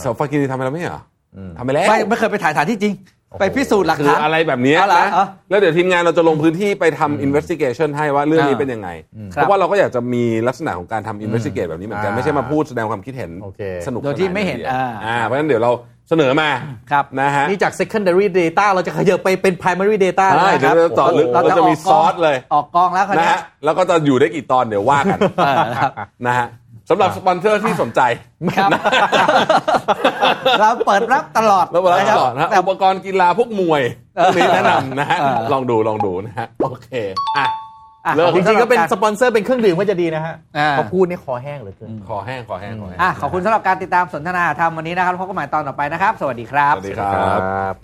Speaker 4: เสาไฟกินทำไปแล้วไม่ใช่เหรอ
Speaker 5: อืม
Speaker 4: ทำไปแล้ว
Speaker 3: ไม่ไม่เคยไปถ่ายสถานที่จริง
Speaker 5: โอ้โห
Speaker 3: ไปพิสูจน์หลัก
Speaker 4: คือ
Speaker 3: ฐาน
Speaker 4: อะไรแบบเนี้ย
Speaker 3: เอาเหรอ
Speaker 4: นะ
Speaker 3: เอา
Speaker 4: แล้วเดี๋ยวทีมงานเราจะลงพื้นที่ไปทำ investigation ให้ว่าเรื่องนี้
Speaker 1: อ่า
Speaker 4: เป็นยังไง
Speaker 3: ค
Speaker 4: เพ
Speaker 3: รับ
Speaker 4: ราะว่าเราก็อยากจะมีลักษณะของการทำ investigate แบบนี้เหมือนกัน
Speaker 5: อ่า
Speaker 4: ไม่ใช่มาพูดแสดงความคิดเห็น
Speaker 5: โอเค
Speaker 4: สนุก
Speaker 3: โดยที่ไม่เห็น
Speaker 4: สา
Speaker 3: อ่า
Speaker 4: อ่าเพราะฉะนั้นเดี๋ยวเราเสนอมา
Speaker 3: ครับ
Speaker 4: นะฮะ
Speaker 5: นี่จาก secondary data เราจะขยับไปเป็น primary data
Speaker 4: ใช่
Speaker 5: แล้วนะครับ
Speaker 4: เดี๋ยวเราเจาะลึก
Speaker 5: โอ้โห
Speaker 4: ราจะมีซอสเลย
Speaker 3: ออกกองแล้วคราว
Speaker 4: นะ
Speaker 3: เนี้
Speaker 4: ฮะ
Speaker 3: ย
Speaker 4: แล้วก็จะอยู่ได้กี่ตอนเดี๋ยวว่ากัน
Speaker 3: เออครับ
Speaker 4: นะฮะสำหรับสปอนเซอร์ที่สนใจ
Speaker 3: ครับเราเปิดรับตลอด
Speaker 4: แล้วเวลา
Speaker 3: นะคบ
Speaker 4: ก่อนนะฮะ
Speaker 3: แต่
Speaker 4: อุปกรณ์กีฬาพวกมวยพวกนี้แนะนำนะฮะ ลองดูลองดูนะฮะ โอเค อ่ะ
Speaker 3: อ่ะ
Speaker 4: เลิก
Speaker 5: จริงๆก็เป็น
Speaker 3: สำห
Speaker 5: ส
Speaker 3: บา
Speaker 5: ปอนเซอร์เป็นเครื่องดื่มก็จะดีนะฮะ
Speaker 3: อ่า
Speaker 5: พอพูดเนี่ยคอแห้งเหลือเกิน
Speaker 4: ขอแห้งขอแห้งขอแห้ง
Speaker 3: อ่ะขอบคุณสำหรับการติดตามสนทนาธรรมวันนี้นะครับแล้วพบกันใหม่ตอนต่อไปนะครับ สวัสดีครับ
Speaker 4: สวัสดีครับ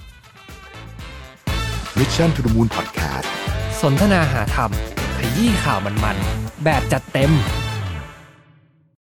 Speaker 6: มิชชั่นทุ h มูลพอดแคสต์
Speaker 2: สนทนาหาธรรม ขยี้ข่าวมันๆ แบบจัดเต็ม